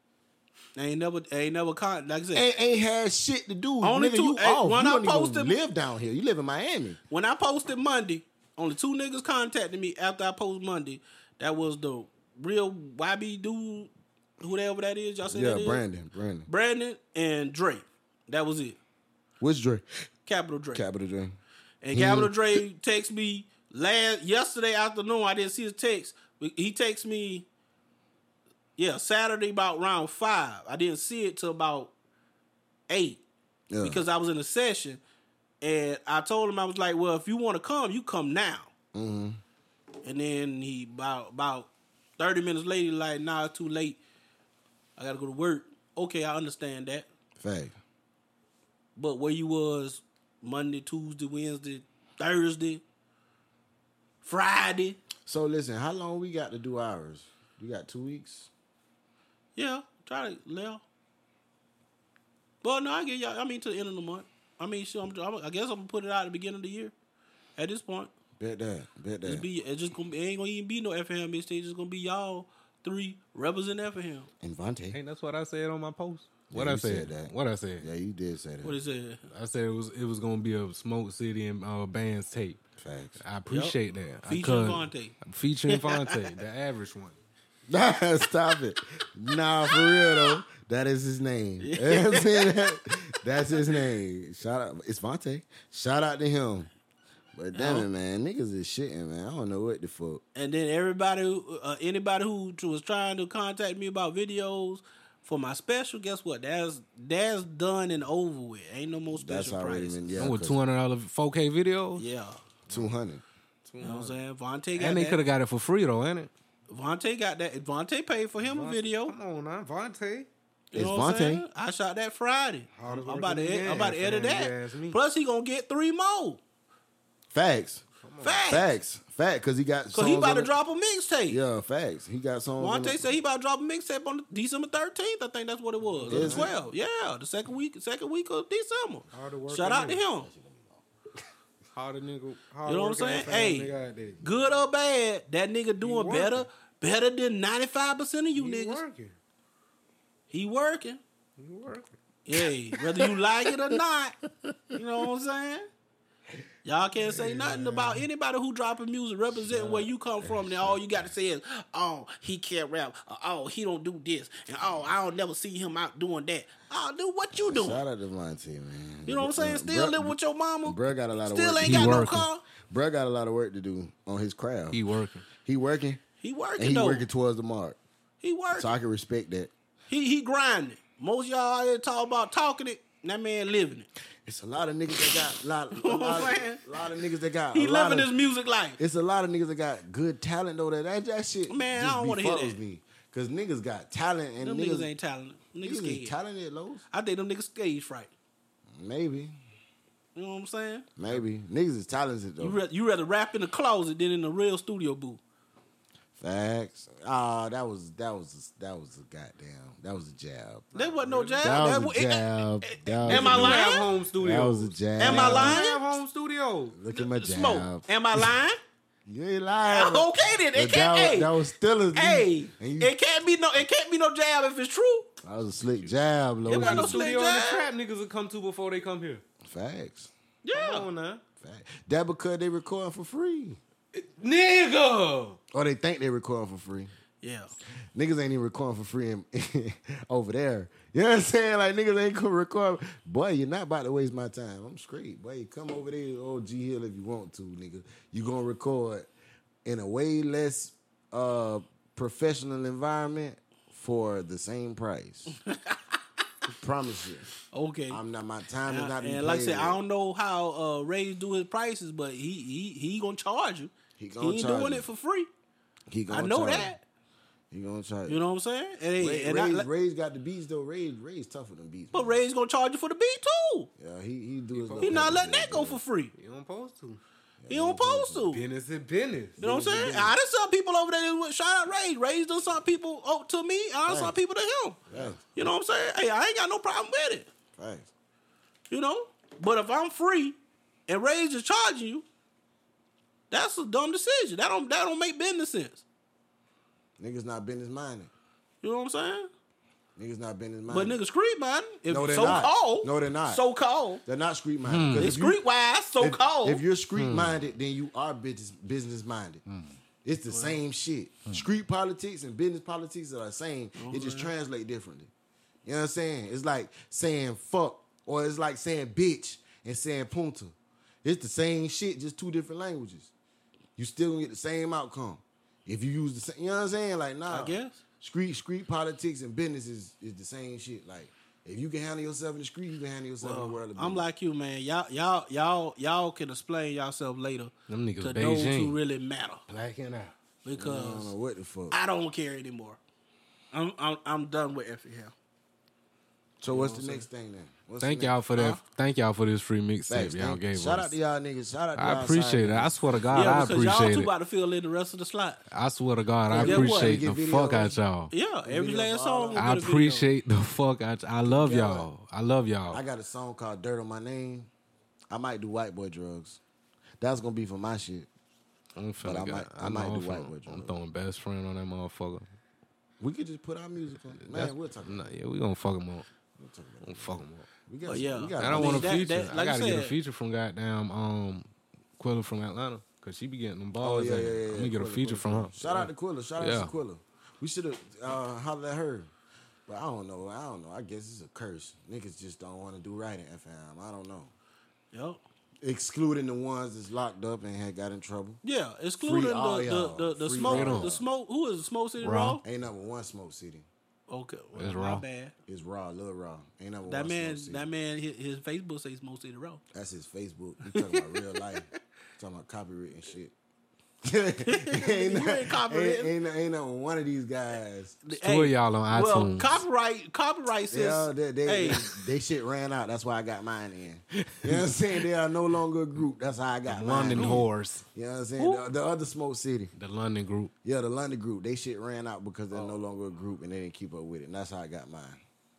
I ain't never, I ain't never caught. Like I said, Ain't, ain't had shit to do. Only Nigga, two- you hey, off. when you I don't posted- even live down here. You live in Miami. when I posted Monday, only two niggas contacted me after I posted Monday. That was the real YB dude, whoever that is. Y'all said Yeah, that is? Brandon. Brandon. Brandon and Dre. That was it. Which Dre? Capital Dre. Capital Dre. And Capital Mhm. Dre texted me last yesterday afternoon. I didn't see his text. He texted me, yeah, Saturday about round five. I didn't see it till about eight Yeah. because I was in a session, and I told him I was like, "Well, if you want to come, you come now." And then he about about thirty minutes later, he like, "Nah, it's too late. I gotta go to work." Okay, I understand that, fact. but where you was Monday, Tuesday, Wednesday, Thursday, Friday, So listen, how long we got to do ours? You got two weeks. yeah, try to live. But no, I get y'all. I mean, to the end of the month. I mean, sure, I'm, I'm, I guess I'm gonna put it out at the beginning of the year. At this point, Bet that. Bet Just that. be it's just gonna be, it ain't gonna even be no Effingham mixtape. It's just gonna be y'all three representing Effingham. and Vontae. Ain't that's what I said on my post? What you I said? said that. What I said? Yeah, you did say that. What is it? I said it was it was gonna be a Smoke City and uh, bands tape. Facts. I appreciate that. I Featuring couldn't- Vontae. Featuring Fonte, the average one. Stop it. Nah, for real though. That is his name. You know what I'm saying? That- That's his name. Shout out. It's Vontae. Shout out to him. But damn it, man. Niggas is shitting, man. I don't know what the fuck. And then everybody, who- uh, anybody who t- was trying to contact me about videos for my special, guess what? That's that's done and over with. Ain't no more That's special already prices. been Yeah, yeah. with two hundred dollar four K videos, Yeah, Two hundred. you know what I'm saying. Vontae got and they could that. have got it for free though, ain't it? Vontae got that. Vontae paid for him a video. Come on, now, Vontae. You It's know what I'm Vontae. saying? I shot that Friday. Hard I'm as work about in to, the ed- I'm about to gas, edit man, you ask me. that. Plus, he gonna get three more. Facts. Facts. Facts. Fact. Cause he got. Cause he songs about on to it. drop a mixtape. Yeah, facts. He got songs. on Wante it. said he about to drop a mixtape on December thirteenth. I think that's what it was. Or the Is it? twelve, yeah, the second week, second week of December. Hard to work Shout out to in. him. How the nigga? How You know what I'm saying? Hey, good or bad, that nigga doing working. better, better than ninety five percent of you niggas. working. He working. You working. Hey, whether you like it or not, you know what I'm saying. Y'all can't say nothing about anybody who dropping music representing where you come from. And all you got to say is, "Oh, he can't rap. Or, oh, he don't do this. And oh, I don't never see him out doing that. Oh, do what you doing? Shout out to Monty, man. You know what I'm saying? Still Bruh- living with your mama. Bruh got a lot of Still work. ain't He got no working. car. Bruh got a lot of work to do on his craft. He He, working. working He and working he though. working towards the mark. He working. So I can respect that. He he grinding. Most of y'all out here talk about talking it. and That man living it. It's a lot of niggas that got lot, a know what I'm lot, saying? of, lot of niggas that got. He a lot living of, his music life. It's a lot of niggas that got good talent though. That that, that shit. Man, I just don't wanna hear befuddles that. me because niggas got talent and Them niggas, niggas, ain't talented. Niggas niggas scared. is talented, Lowe's. I think them niggas stage fright. Maybe, You know what I'm saying? maybe niggas is talented though. You, ra- you rather rap in the closet than in the real studio booth. Facts. Ah, that was that was that was a goddamn that was a jab. That wasn't no jab. That That was wa- a jab. That was Am a- I You have lying? home studios. That was a jab. Am I lying? You have home studios. Look at my jab. Smoke. Am I lying? You ain't lying. okay then. It But that, can't. was, hey, that was still a hey, And you, it can't be no. It can't be no jab if it's true. that was a slick jab, Lowe's. wasn't no slick- Studio and the jab. trap niggas will come to before they come here. Facts. Come Yeah. on now. Facts. That because they record for free. Nigga. Or they think they record for free. Yeah. Niggas ain't even recording for free in, over there. You know what I'm saying? Like niggas ain't gonna record. Boy, you're not about to waste my time. I'm straight. Boy, you come over there, old G Hill, if you want to, nigga. You gonna record in a way less uh, professional environment for the same price. Promise you. Okay. I'm not. My time is and not. to be and like I played said, I with. don't know how uh, Ray do his prices, but he he he gonna charge you. He gonna ain't charge doing you. it for free. He I gonna know try. that. He gonna try. You know what I'm saying? And, hey, Ray, and I- Ray's, like- Ray's got the beats though. Ray, Ray's tougher than beats. but man. Ray's gonna charge you for the beat too. yeah, he he do his. He little not thing. letting that go for free. You don't supposed to. He don't supposed to. You Business is business. know what I'm saying? I done some people over there with shout out Ray. Ray's done some people oh, to me. I done some Right. people to him. Yeah, You know what I'm saying? Hey, I ain't got no problem with it. facts. You know? But if I'm free and Ray's is charging you, That's a dumb decision. That don't that don't make business sense. Niggas not business minded. You know what I'm saying? Niggas not business But minded. niggas street minded. If No, they're so not. called. No, they're not. So called. they're not street minded. It's Hmm. street wise, so if, called. If you're street minded, then you are business business minded. It's the same shit. Street politics and business politics are the same. It just translate differently. You know what I'm saying? It's like saying fuck, or it's like saying bitch and saying punta. It's the same shit, just two different languages. You still gonna get the same outcome if you use the same. You know what I'm saying? Like nah, I guess. street street politics and business is, is the same shit. Like if you can handle yourself in the street, you can handle yourself in the world. of I'm business. like you, man. Y'all, y'all, y'all, y'all can explain yourself later Them niggas to those who Beijing. really matter Blacking out. because I don't know what the fuck. I don't care anymore. I'm, I'm, I'm done with Effingham. So what's the next thing then? What's Thank the y'all next- for that. Thank y'all for this free Thanks, mixtape y'all thank- gave Shout us. out to y'all niggas. Shout out to I y'all appreciate side it. I niggas. swear to God, Yeah, I because y'all appreciate two it. about to fill in the rest of the slot. I swear to God, I Yeah, what? appreciate Get the video. fuck out y'all. Yeah, every video last for all song. of will I get a video. appreciate the fuck out. I love y'all. I love I y'all. got a song called Dirt on My Name. I might do white boy drugs. That's gonna be for my shit. I'm But I finna might- got. I know might do I'm White finna- Boy Drugs. I'm throwing best friend on that motherfucker. We could just put our music on. Man, That's- we'll talk. Nah, yeah, we gonna fuck him up. We gonna fuck him up. We got. But some- yeah. we got I don't mean, want a that- feature. that- like I you gotta get a said- feature from goddamn um Quilla from Atlanta because she be getting them balls. Oh, yeah, in. yeah, yeah, I'm yeah, gonna get a Quilla, feature Quilla, from her. Shout out to Quilla. Shout out Yeah. to Quilla. We should have uh, hollered at her. But I don't know. I don't know. I guess it's a curse. Niggas just don't want to do right in FM. I don't know. Yep. Excluding the ones that's locked up and had got in trouble. Yeah, excluding the, all the, y'all. the, the Free smoke. all. The smoke. Who is the smoke city Raw. raw? Ain't number one smoke city. Okay, well, It's my Raw. bad. It's raw, little raw. Ain't never That watched man, Smoke City. that man, his, his Facebook says Smoke City Raw. That's his Facebook. You talking about real life? talking about copyright and shit. ain't, ain't not, copyrighted. ain't, ain't, not- ain't not one of these guys. It's two of y'all on well, iTunes. copyright, copyright says, Yeah, they, they, hey, they, shit ran out. That's why I got mine in. You know what I'm saying? They are no longer a group. That's how I got mine. London in. whores. You know what I'm saying? The, the other Smoke City. The London group. Yeah, the London group. They shit ran out because they're Oh. no longer a group and they didn't keep up with it. And that's how I got mine.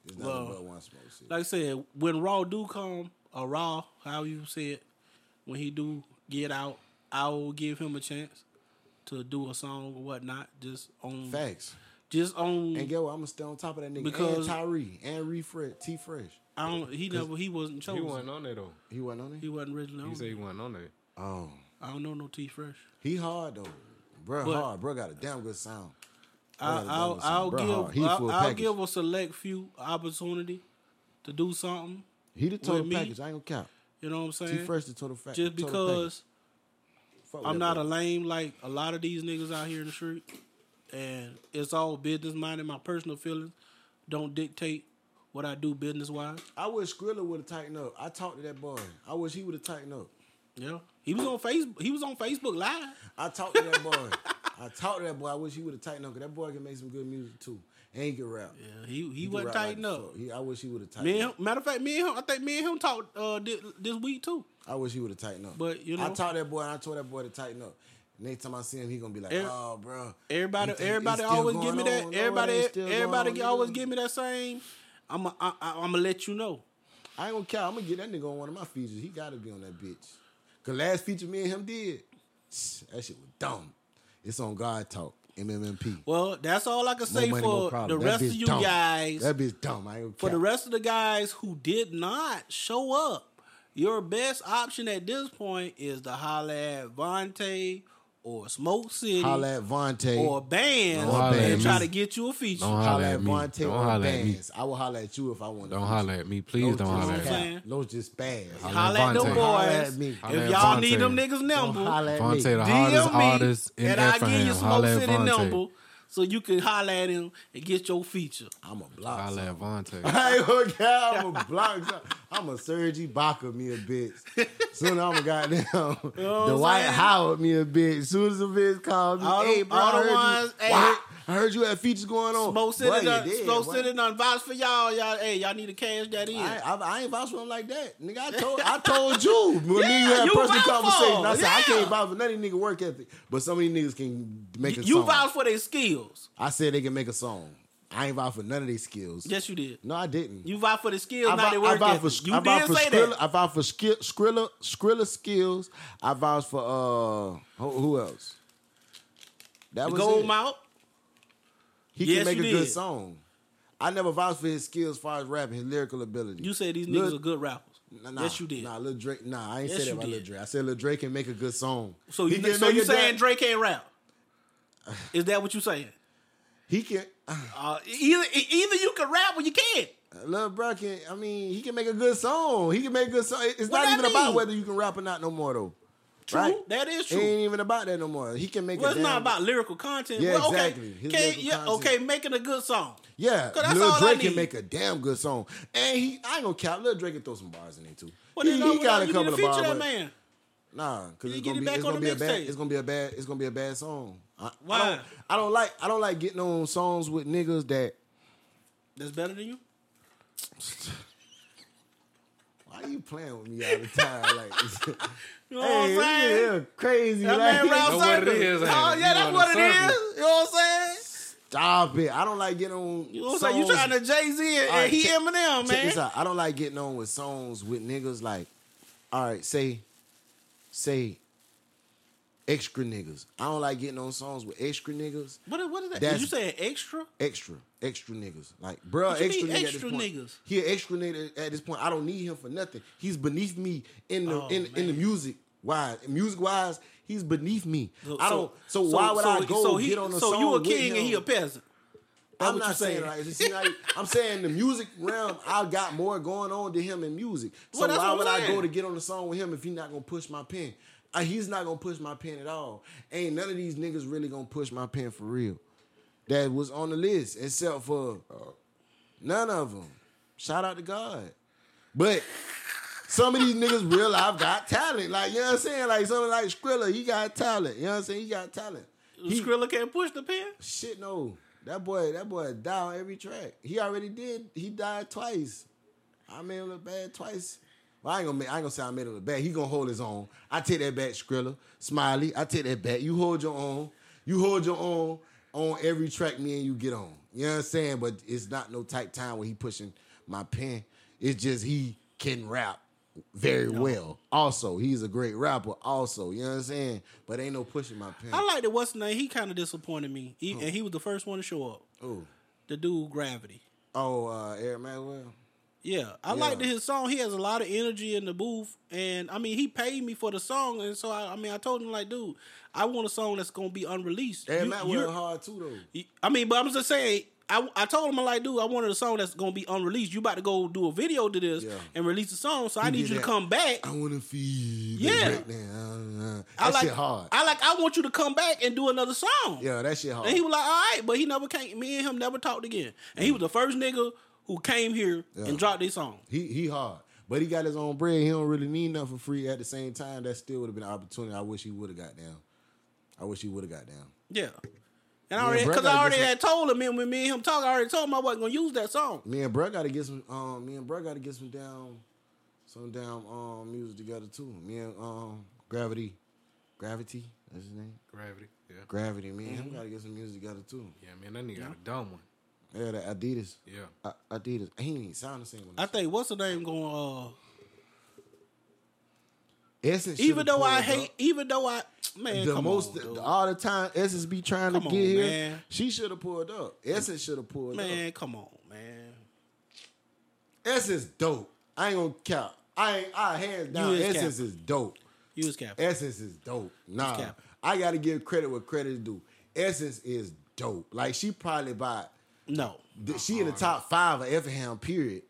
It's nothing Well, but one Smoke City. like I said, when Raw do come, or Raw, how you say it, when he do get out, I will give him a chance to do a song or whatnot, just on, Facts. just on. And get what? I'm gonna stay on top of that nigga. Because- and Tyree and Ree Fred, T Fresh. I don't. He never. He wasn't He chosen. wasn't on there though. He wasn't on it. He wasn't originally He on. said he wasn't on there. Oh, I don't know no T Fresh. he hard though, bro. But- hard, bro. Got a damn good sound. Bro got I'll, a damn I'll, good sound. I'll Bro hard. give. He I'll, full I'll package. give a select few opportunity to do something. he the total with me, package. I ain't gonna cap. You know what I'm saying? T Fresh the total fact. Just because Oh, I'm not a a. lame like a lot of these niggas out here in the street, and it's all business minded. My personal feelings don't dictate what I do business wise. I wish Skrilla would have tightened up. I talked to that boy. I wish he would have tightened up. Yeah, he was on Facebook. He was on Facebook Live. I talked to that boy. I talked to that boy. I wish he would have tightened up. 'cause that boy can make some good music too, and he can rap. Yeah, he he, can wasn't rap like tightened the up. fuck. He, I wish he would have Me tightened and him, up. matter of fact, me and him. I think me and him talked uh, this, this week too. I wish he would have tightened up. But, you I know- talked to that boy and I told that boy to tighten up. Next time I see him, he gonna be like, Every- "Oh, bro." Everybody, you think it's everybody still always going give me that. on? No, it everybody, ain't still going everybody on, always nigga. give me that same. I'm a, I, I, I'm gonna let you know. I ain't gonna care. I'm gonna get that nigga on one of my features. He gotta be on that bitch. Cause last feature me and him did, that shit was dumb. It's on God Talk, MMMP. Well, that's all I can More say money, more for the problem. That rest of bitch you dumb. guys. That bitch dumb. I ain't For gonna the cap. rest of the guys who did not show up, your best option at this point is to holler at Vontae or Smoke City Holla at Vontae. or Bands Don't holla and at try me. to get you a feature. Don't holla holler at at me. Vontae Don't or holler at me. Bands. I will holler at you if I want to. Don't holler at me. Please don't holler just at me. saying. me. No, just bad. Holla at them Vontae. boys. Holla at me. Holla if at y'all Vontae. need them niggas Don't holla number, at Vontae, me. the hardest DM artist me in and I'll give you Effingham. Smoke Holler at City number Vontae. so you can holler at him and get your feature. I'm a block. Holler something. at Vontae. I ain't gonna cap. I'm a block. something. I'm a Serge Ibaka me a bitch. Soon I'm a goddamn what I'm Dwight saying? Howard me a bitch. Soon as the bitch called me, All hey them- bro, all I the heard, ones- you, hey. I, heard, I heard you had features going Oh, on. Smoke Boy, City you done, did, Smoke boy. City done vouch for y'all. Y'all, hey, y'all need to cash that in. I, I, I ain't vouch for him like that, nigga. I told I told you when me and you had you personal vouch for conversation. I him, said I yeah. can't vouch for none of these nigga work ethic, but some of these niggas can make a you song. vouch for their skills. I said they can make a song. I ain't vouch for none of these skills. Yes, you did. No, I didn't. You vouch for the skills, I not vou- the I work vouch ethic. for, You I vouch did for say Skrilla, that. I vouch for Skrilla, Skrilla, Skrilla skills. I vouch for uh, who, who else? That The was gold it. mouth. He Yes, can make you a good did. song. I never vouched for his skills, as far as rapping, his lyrical ability. You said these niggas Lil- are good rappers. Nah, nah, yes, you did. Nah, Lil Drake. Nah, I ain't Yes, said you that about did. Lil Drake. I said Lil Drake can make a good song. so He you can so make you a saying damn- Drake can't rap? Is that what you saying? He can. Uh, either e- either you can rap or you can't. Lil Bro can. I mean, he can make a good song. He can make a good song. It- It's What not that even about mean? whether you can rap or not no more though. True, Right. that is It true. ain't even about that no more. He can make. Well, a it's damn, not about lyrical content. Yeah, well, okay, exactly. His Can- lyrical yeah, content. okay, making a good song. Yeah, 'Cause that's Lil all I Drake need. can make a damn good song, and he I ain't gonna cap. Lil Drake can throw some bars in there too. Well, then, no, we don't- you need to feature that but- man. Nah, because You it's get gonna it be back it's on gonna the be a bad mixtape. it's gonna be a bad it's gonna be a bad song. I, Why? I don't, I don't like I don't like getting on songs with niggas that. That's better than you. Why you playing with me all the time like this? You know hey, what I'm saying? yeah, crazy. That like, man Ralph know what it Circus. is, ain't Oh it? yeah, You that's on what it the is. circle. You know what I'm saying? Stop it! I don't like getting on. You know what I'm saying? You songs- trying to Jay Z and, All right, and he check- Eminem, Check this man. out. I don't like getting on with songs with niggas like, all right, say, say, extra niggas. I don't like getting on songs with extra niggas, What, what is that? That's- Did you say extra? extra, extra niggas. Like, bruh, What you extra mean, nigga extra at this point. niggas? He an extra nigga at this point. I don't need him for nothing. He's beneath me in the Oh, in in the man. music wise. Music wise, he's beneath me. I don't. so- So, why would so- I go so get on a so song? you a with king and him? he a peasant. I'm what not you saying saying. like this. You know, I'm saying the music realm. I got more going on than him in music. So Well, that's why what would I'm I saying. go to get on the song with him if he's not gonna push my pen? Uh, he's not gonna push my pen at all. Ain't none of these niggas really gonna push my pen for real. That was on the list except for none of them. Shout out to God. But some of these niggas real I've got talent. Like you know what I'm saying. Like something like Skrilla, he got talent. You know what I'm saying. He got talent. He- Skrilla can't push the pen. Shit no. That boy, that boy died on every track. He already did. He died twice. I made him look bad twice. Well, I ain't gonna make, I ain't gonna say I made him look bad. He gonna hold his own. I take that back, Skrilla. Smiley, I take that back. You hold your own. You hold your own on every track me and you get on. You know what I'm saying? But it's not no tight time when he pushing my pen. It's just he can rap very well. Also, he's a great rapper, also. You know what I'm saying? But ain't no pushing my pen. I like that what's his name. He kind of disappointed me, he, and he was the first one to show up. Ooh. The dude, Gravity. Oh, uh, Eric Maxwell. Yeah, I Yeah. like that his song. He has a lot of energy in the booth, and I mean, he paid me for the song, and so I, I mean, I told him like, dude, I want a song that's gonna be unreleased. Eric You- you're- Maxwell hard too though. I mean, but I'm just saying. I, I told him I like, dude, I wanted a song that's gonna be unreleased. You about to go do a video to this Yeah. and release the song, so I need did you to that. come back. I wanna feed. Yeah. Right now. That I like shit hard. I like. I want you to come back and do another song. yeah, that shit hard. And he was like, all right, but he never came. Me and him never talked again. And he was the first nigga who came here Yeah. and dropped this song. he he hard. But he got his own bread. He don't really need nothing for free. At the same time, that still would have been an opportunity. I wish he would have got down. I wish he would have got down. Yeah. And I already, bro, because I gotta get already some- had told him, and when me and him talked, I already told him I wasn't gonna use that song. Me and bro got to get some. Um, me and bro got to get some down, some down um music together too. Me and um gravity, gravity. That's his name. Gravity. Yeah. Gravity. Me and him got to get some music together too. Yeah, man, that nigga got a dumb one. Yeah, that Adidas. Yeah. I, Adidas. He ain't sound the same. on I this. think what's the name going? Uh, Essence. even should've though I pulled up. hate, even though I man, the come most on, dude. all the time Essence be trying Come to on, get here, man. she should have pulled up. Essence should have pulled up. man, come on, man. Essence dope. I ain't gonna count. I ain't. I hands down. is Essence is dope. You was capping. Essence is dope. Nah, capping. I gotta give credit where credit is due. Essence is dope. Like she probably by No, th- she Uh-huh. in the top five of Effingham period.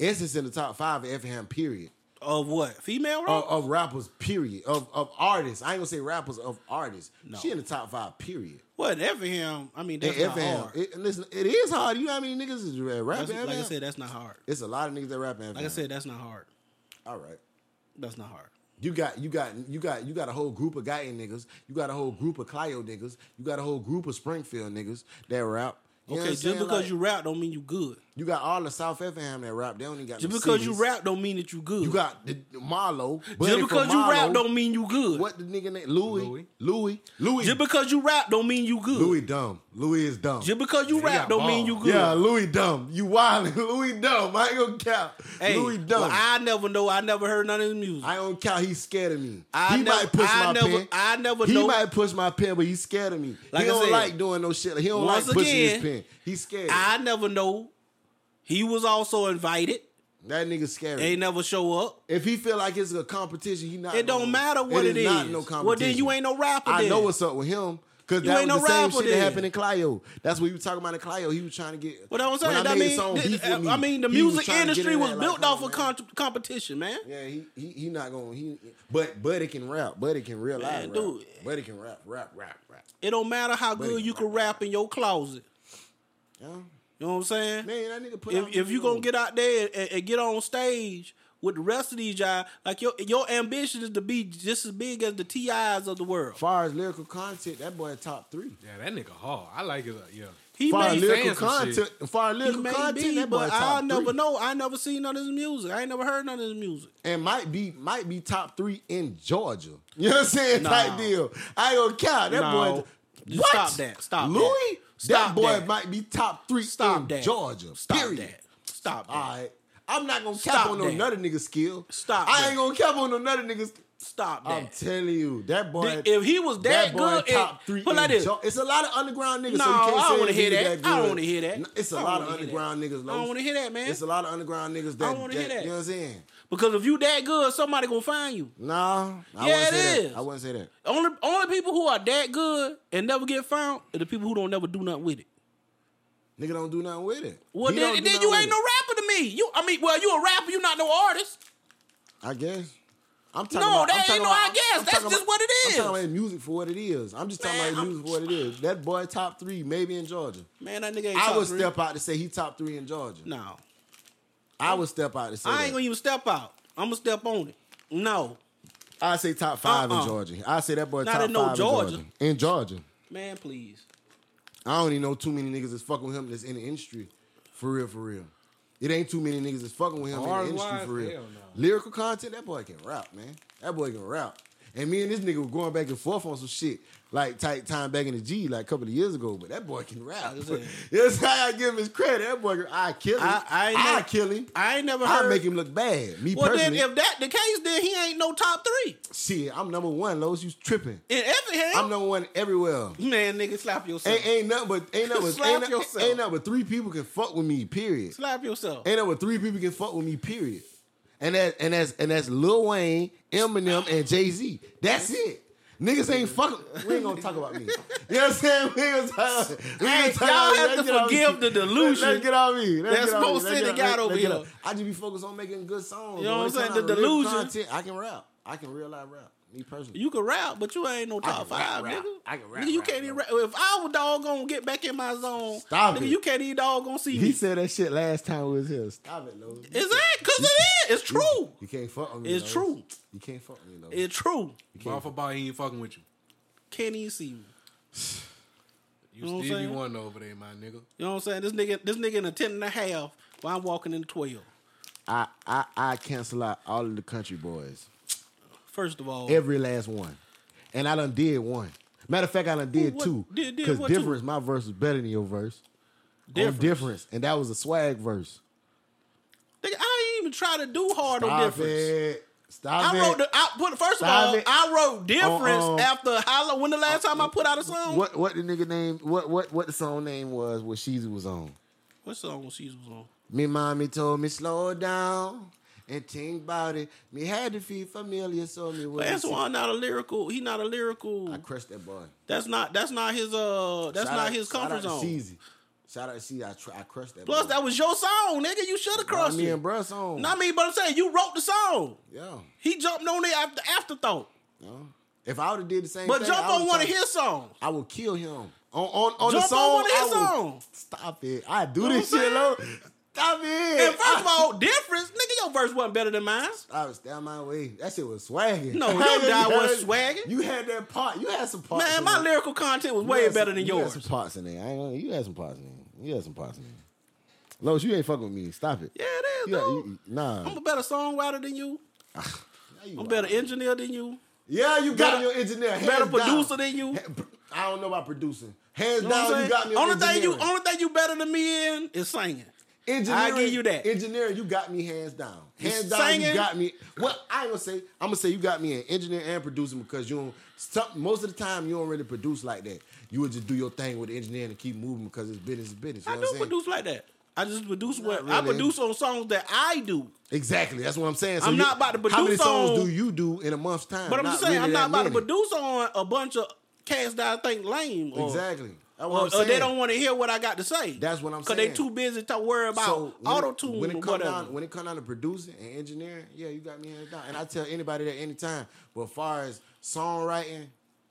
Essence in the top five of Effingham period. of what? Female Of, rock? of rappers, period. Of of artists. I ain't gonna say rappers of artists. She in the top five, period. what? Effingham? I mean, that's And not FM, hard. It, listen, it is hard. You know how many niggas is rapping? That's- Like like I said, that's not hard. it's a lot of niggas that rap FM. Like I said, that's not hard. all right. That's not hard. You got you got you got you got a whole group of Guyton niggas. You got a whole group of Clio niggas. You got a whole group of Springfield niggas that rap. You Okay, know what I'm just saying? because Like, you rap don't mean you good. You got all the South Effingham that rap. They only got Just no because you cities. rap don't mean that you good. You got the, the Marlo. Just because you rap don't mean you good. What the nigga name? Louis. Louis. Louis. Louis. Louis. Just because you rap don't mean you good. Louis dumb. Louis is dumb. Just because you rap got don't mean you balls. good. Yeah, Louis dumb. You wildin'. Louis dumb. I ain't gonna count. Hey, Louis dumb. well, I never know. I never heard none of his music. I don't count. He's scared of me. I he never- might push I my never- pen. I never He know- might push my pen, but he's scared of me. Like I he don't said, like doing no shit. He don't like once pushing his again, pen. He's scared. I never know. He was also invited. that nigga's scary. They never show up. if he feel like it's a competition, he not. It gonna- don't matter what it is. Not no competition. well, then you ain't no rapper. I then. know what's up with him. Cause You that was ain't no the same rapper shit then. that happened in Clio. That's what you was talking about in Clio. He was trying to get. What I'm when saying. I I made mean, song, th- Beef With Me, I mean, the he was music trying to get industry in was that, like, built come off on, of man. con- competition, man. Yeah, he, he he not gonna he but Buddy can rap. Buddy can real life rap. dude. Buddy can rap, rap, rap, rap. It don't matter how good you can rap in your closet. Yeah. You know what I'm saying? Man, that nigga put if, out if you music gonna on- get out there and, and get on stage with the rest of these guys, like your your ambition is to be just as big as the TIs of the world. far as lyrical content, that boy top three. Yeah, that nigga hard. I like it. Yeah. He Far as may made lyrical saying some shit. content, far as He lyrical may content, be, that boy but I top never three. know. I never seen none of his music. I ain't never heard none of his music. And might be might be top three in Georgia. You know what I'm saying? Nah. Type deal. I ain't gonna count that No. boy. Just What? stop that. Stop that. Louis. Stop that boy that. might be top three Stop in that, Georgia. Stop period. that. Stop that. All right. I'm not gonna Stop cap on no that. another nigga skill. Stop I that. ain't gonna cap on no another niggas. Stop I'm that. telling you, that boy. if he was that, boy good, top and, three. put it like in this. Geor- it's a lot of underground niggas. No, so you can't I don't want wanna to hear that. I don't good. wanna hear that. N- It's a I don't lot wanna hear of that. underground niggas. I don't Los. wanna hear that, man. It's a lot of underground niggas. That, don't wanna hear that. You know what I'm saying? Because if you that good, somebody gonna find you. Nah, Yeah, I wouldn't it say is. that. I wouldn't say that. Only only people who are that good and never get found are the people who don't never do nothing with it. Nigga don't do nothing with it. Well, He then, don't do then nothing you with ain't no it. rapper to me. You, I mean, well, you a rapper, you not no artist. I guess. I'm talking No, about, that I'm ain't talking no about, I I'm guess. That's talking just about- what it is. I'm talking about music for what it is. I'm just Man, talking about I'm- music for what it is. That boy top three, maybe in Georgia. Man, that nigga ain't I top would three. step out to say he top three in Georgia. No, I would step out to say I ain't that. gonna even step out. I'm gonna step on it. No, I say top 5 Uh-uh. in Georgia. I say that boy Not top in no five Georgia. in Georgia. In Georgia, man, please. I don't even know too many niggas that's fucking with him that's in the industry, for real, for real. It ain't too many niggas that's fucking with him Hard in the industry wise, for real. hell no. Lyrical content, that boy can rap, man. That boy can rap. And me and this nigga were going back and forth on some shit like tight time back in the G like a couple of years ago, but that boy can rap. was saying. That's how I give him his credit. That boy, can- I kill him. I- I ain't I, never- kill him. I ain't never heard. I make him look bad. Me well, then personally, if that the case, then he ain't no top three shit, I'm number one. Lowe's, you tripping. in Effingham. I'm number one everywhere. man, nigga, slap yourself. Ain't, ain't nothing but ain't nothing but, Slap ain't, nothing- yourself. ain't nothing but three people can fuck with me. Period. slap yourself. Ain't nothing but three people can fuck with me. Period. And that and that's and that's Lil Wayne, Eminem, and Jay Z. That's it. Niggas ain't fucking. We ain't gonna talk about me. You know what I'm saying? We ain't gonna talk. We Hey, ain't gonna y'all talk about me. have Let's to get off forgive me. the delusion Let's get off me. Let's that get off me. Smoke Let's City get off- got let's- over let's get here. off. I just be focused on making good songs. You know When what I'm it saying? come The down to lyrical delusion. content, I can rap. I can real life rap. Me personally. You can rap, but you ain't no top can rap, five, rap. nigga. I can rap, Nigga, you rap, can't even rap. If I was doggone get back in my zone, Stop nigga, it. you can't even doggone see me. He said that shit last time we was here. Stop it, Lowe's. Is that because it is? It's true. You can't fuck with me. It's Lowe's. true. You can't fuck with me, Lowe's. It's true. Motherfucker, boy, he ain't fucking with you. Can't even see me. You Know what I'm Stevie saying? Wonder over there, my nigga. You know what I'm saying? This nigga, this nigga in a ten and a half while I'm walking in the twelve. I, I I cancel out all of the country boys. First of all, Every last one. And I done did one. Matter of fact, I done did what- two. did- did Because what two? difference, my verse was better than your verse. Difference. Difference. difference. And that was a swag verse. nigga, I ain't even try to do hard on Stop difference. it. Stop I it. wrote the I put first of Stop all, it. I wrote difference Uh-uh. Uh, after how long when the last time I put out a song? what what the nigga name what what what the song name was what Sheezy was on. What song was she was on? Me mommy told me slow down and think about it. Me had to feel familiar, so me But was. that's why I'm not a lyrical. He not a I lyrical. crushed that boy. That's not that's not his uh that's Shout not out- his shout comfort out to zone. Sheezy. Shout out to Sheezy. I, tr- I crushed that. Plus boy. that was your song, nigga. You should have Not crossed me it. and bruh song. Not me, but I'm saying you wrote the song. yeah, He jumped on it after afterthought. yeah. If I would have did the same, But thing, jump I on would've one of tried- his songs. I will kill him on on on the Jump song. on one of his I will- songs. Stop it! I do Know this what I'm shit, low. Stop it! And first of all, difference, nigga, your verse wasn't better than mine. I was down my way. That shit was swagging. No, your guy was swagging. You had that part. You had some parts. Man, in my there. lyrical content was You way had better some- than you had yours. some parts in there. I ain't gonna, you had some parts in there. You had some parts in there. Los, you ain't fucking with me. Stop it. Yeah, it is, You got- dude. you- you- nah. I'm a better songwriter than you. I'm a better engineer than you. Yeah, you got Better- me on engineer. Hands better down. producer than you. Ha- pr- I don't know about producing. Hands You know what down, I'm you saying? got me on only thing you, engineering. only thing you better than me in is singing. Engineering, I give you that. Engineering, you got me hands down. Hands down, Singing. you got me. Well, I ain't gonna say. I'm gonna say you got me in engineering and producing because you don't. Some, most of the time, you don't really produce like that. You would just do your thing with the engineering and keep moving because it's business, is business. You I know do what I'm saying? produce like that. I just produce what I really. produce on songs that I do. Exactly. That's what I'm saying. So I'm you- not about to How many produce songs on- do you do in a month's time? But I'm just saying, really I'm that not about to many. produce on a bunch of cats that I think lame. Or, Exactly. That's what Or, I'm or saying. they don't want to hear what I got to say. That's what I'm they saying. too busy to worry about when it- auto tune when or it come whatever. down when it come down to producing and engineering, yeah, you got me hands down. And I tell anybody that anytime. But as far as songwriting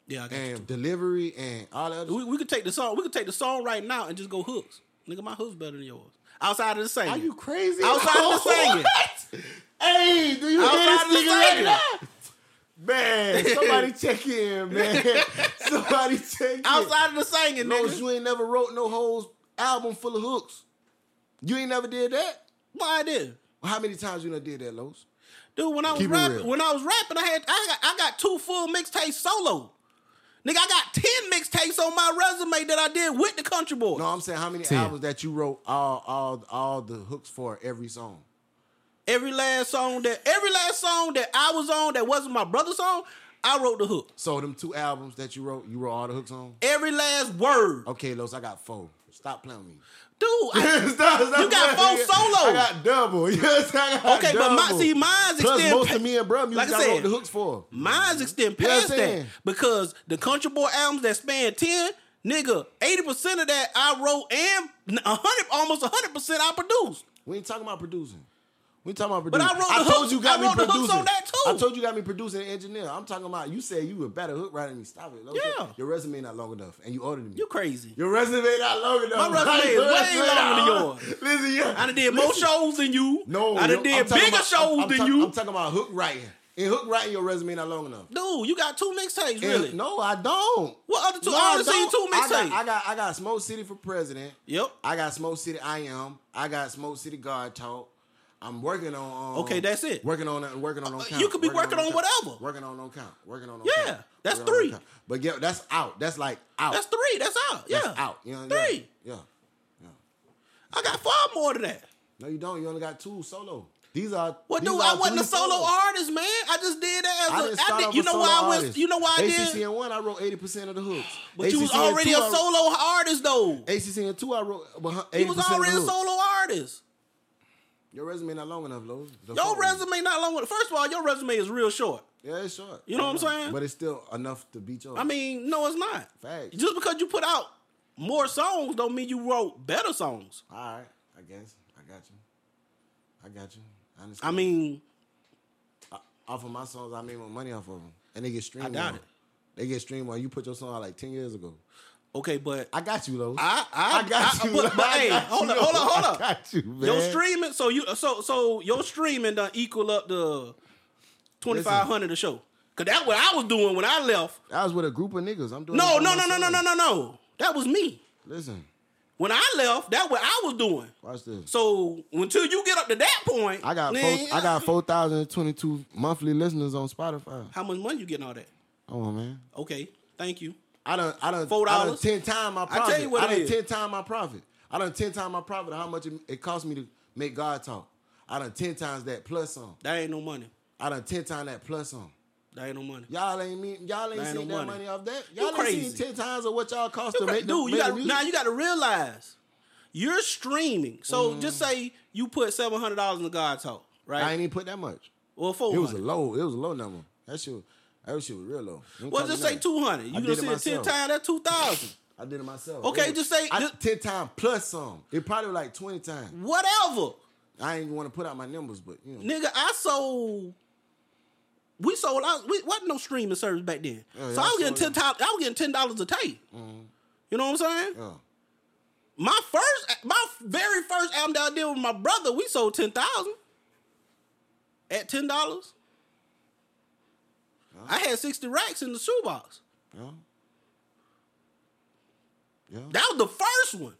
yeah, I got you. and delivery and all that, other We, we could take the song. We could take the song right now and just go hooks. Nigga, my hooks better than yours. Outside of the singing. are you crazy? Outside of the singing. What? Hey, do you Outside hear of the this nigga right singing. now? Man, somebody check in, man. somebody check in. Outside of the singing, No, nigga. you ain't never wrote no whole album full of hooks. You ain't never did that. Why I did, How many times you done did that, Los? dude? When I was Keep it rapping, real. when I was rapping, I had I got, I got two full mixtapes solo. Nigga, I got ten mixtapes on my resume that I did with the Country Boy. No, I'm saying how many albums that you wrote all all all the hooks for every song. Every last song that every last song that I was on that wasn't my brother's song, I wrote the hook. So them two albums that you wrote, you wrote all the hooks on. Every last word, Okay, Los, I got four. Stop playing with me. dude. I, Stop- stop You got playing with four me. solos. I got double. Yes, I got okay, but double. my, see, mine's Plus extend most pa- of me and bro music like I I, said, wrote the hooks for. Mine's extend know what I'm past that saying? because the Country Boy albums that span ten, nigga, eighty percent of that I wrote and a hundred, almost hundred percent I produced. We ain't talking about producing. We ain't talking about But I producing. wrote the hooks- I wrote the hooks on that too. I told you got me producing and engineer. I'm talking about you said you were better hook writer than me. Stop it. Los. Yeah. Your resume not long enough, and you older than me. You crazy? Your resume not long enough. My resume is Your way resume longer not than long. yours. Listen, yeah. I done did more shows than you. No, I yo, done I'm did talking bigger about- shows I'm- I'm than talk- you. I'm talking about hook writing. In hook writing, your resume not long enough. dude, you got two mixtapes, And- really? No, I don't. What other two? No, I only seen don't. two I got- mixtapes. I got, I got Smoke City for president. Yep. I got Smoke City. I am. I got Smoke City God talk. I'm working on. Um, Okay, that's it. Working on. Working on. on Uh, count, you could be working on count, whatever. Working on. On count. Working on. on Yeah, count, that's working on on three. count. But yeah, that's out. That's like out. That's three. That's out. Yeah, That's out. You know, yeah, three. Yeah. I got far more than that. No, you don't. You only got two solo. These are. Well, these dude, I are wasn't a three solo solos. artist, man. I just did that I as didn't a. I start did, off you a know solo why I was. artist. You know why I ACC did. and one, I wrote eighty percent of the hooks. But you was ACC and already two, a I wrote- solo artist, though. ACC and two, I wrote eighty You was percent of the already a hooks. solo artist. Your resume not long enough, Lowe's. Your resume not long. First of all, your resume is real short. yeah, it's short. You know what I'm Yeah. saying? But it's still enough to beat yours. I mean, no, it's not. Facts. Just because you put out more songs don't mean you wrote better songs. all right, I guess I got you. I got you. I understand. I mean, off of my songs, I made more money off of them, and they get streamed. doubt on. it. They get streamed on. You put your song out like ten years ago. okay, but I got you, Lowe's. I I, I got I- you. But, but I hey, got hold you. up, hold up, hold I up. got you, man. Your streaming, so you so so your streaming done equal up the twenty five hundred a show. Cause that's what I was doing when I left. I was with a group of niggas. I'm doing. No, it by no, no, no, no, myself. no, no, no. That was me. Listen, When I left, that what I was doing. watch this. So until you get up to that point, I got man, four, I got four thousand twenty two monthly listeners on Spotify. How much money you getting all that? Come on, man. Okay, thank you. I done I done Four I done dollars? ten time my tell profit. I, you what it done is. ten time my profit. I done ten time my profit. How much it, it cost me to make God talk? I done ten times that plus on. That ain't no money. I done ten times that plus on. That ain't no money. Y'all ain't mean y'all ain't There ain't seen no that money. money off that. Y'all crazy. ain't seen ten times of what y'all cost to Cra- make the, dude, you make the got music. now you got to realize you're streaming. So just say you put seven hundred dollars in the God Talk, Mm-hmm. I right? ain't even put that much. Well, four It was a hundred. low. It was a low number. That shit. was- That shit was real low. Ain't Well, talking just say nothing. two hundred. You I gonna did it see it ten myself. times? That's two thousand. I did it myself. Okay, It was- just say- I, just- ten times plus some. It probably was like twenty times. Whatever, I ain't want to put out my numbers, but you know. nigga. I sold. We sold out. We wasn't no streaming service back then. so I Yeah, y'all was getting ten. sold Mm-hmm. dollars. I was getting ten dollars a tape. You know what I'm saying? Yeah. My first, my very first album that I did with my brother, we sold ten thousand at ten dollars. I had sixty racks in the shoebox. Yeah. Yeah. That was the first one.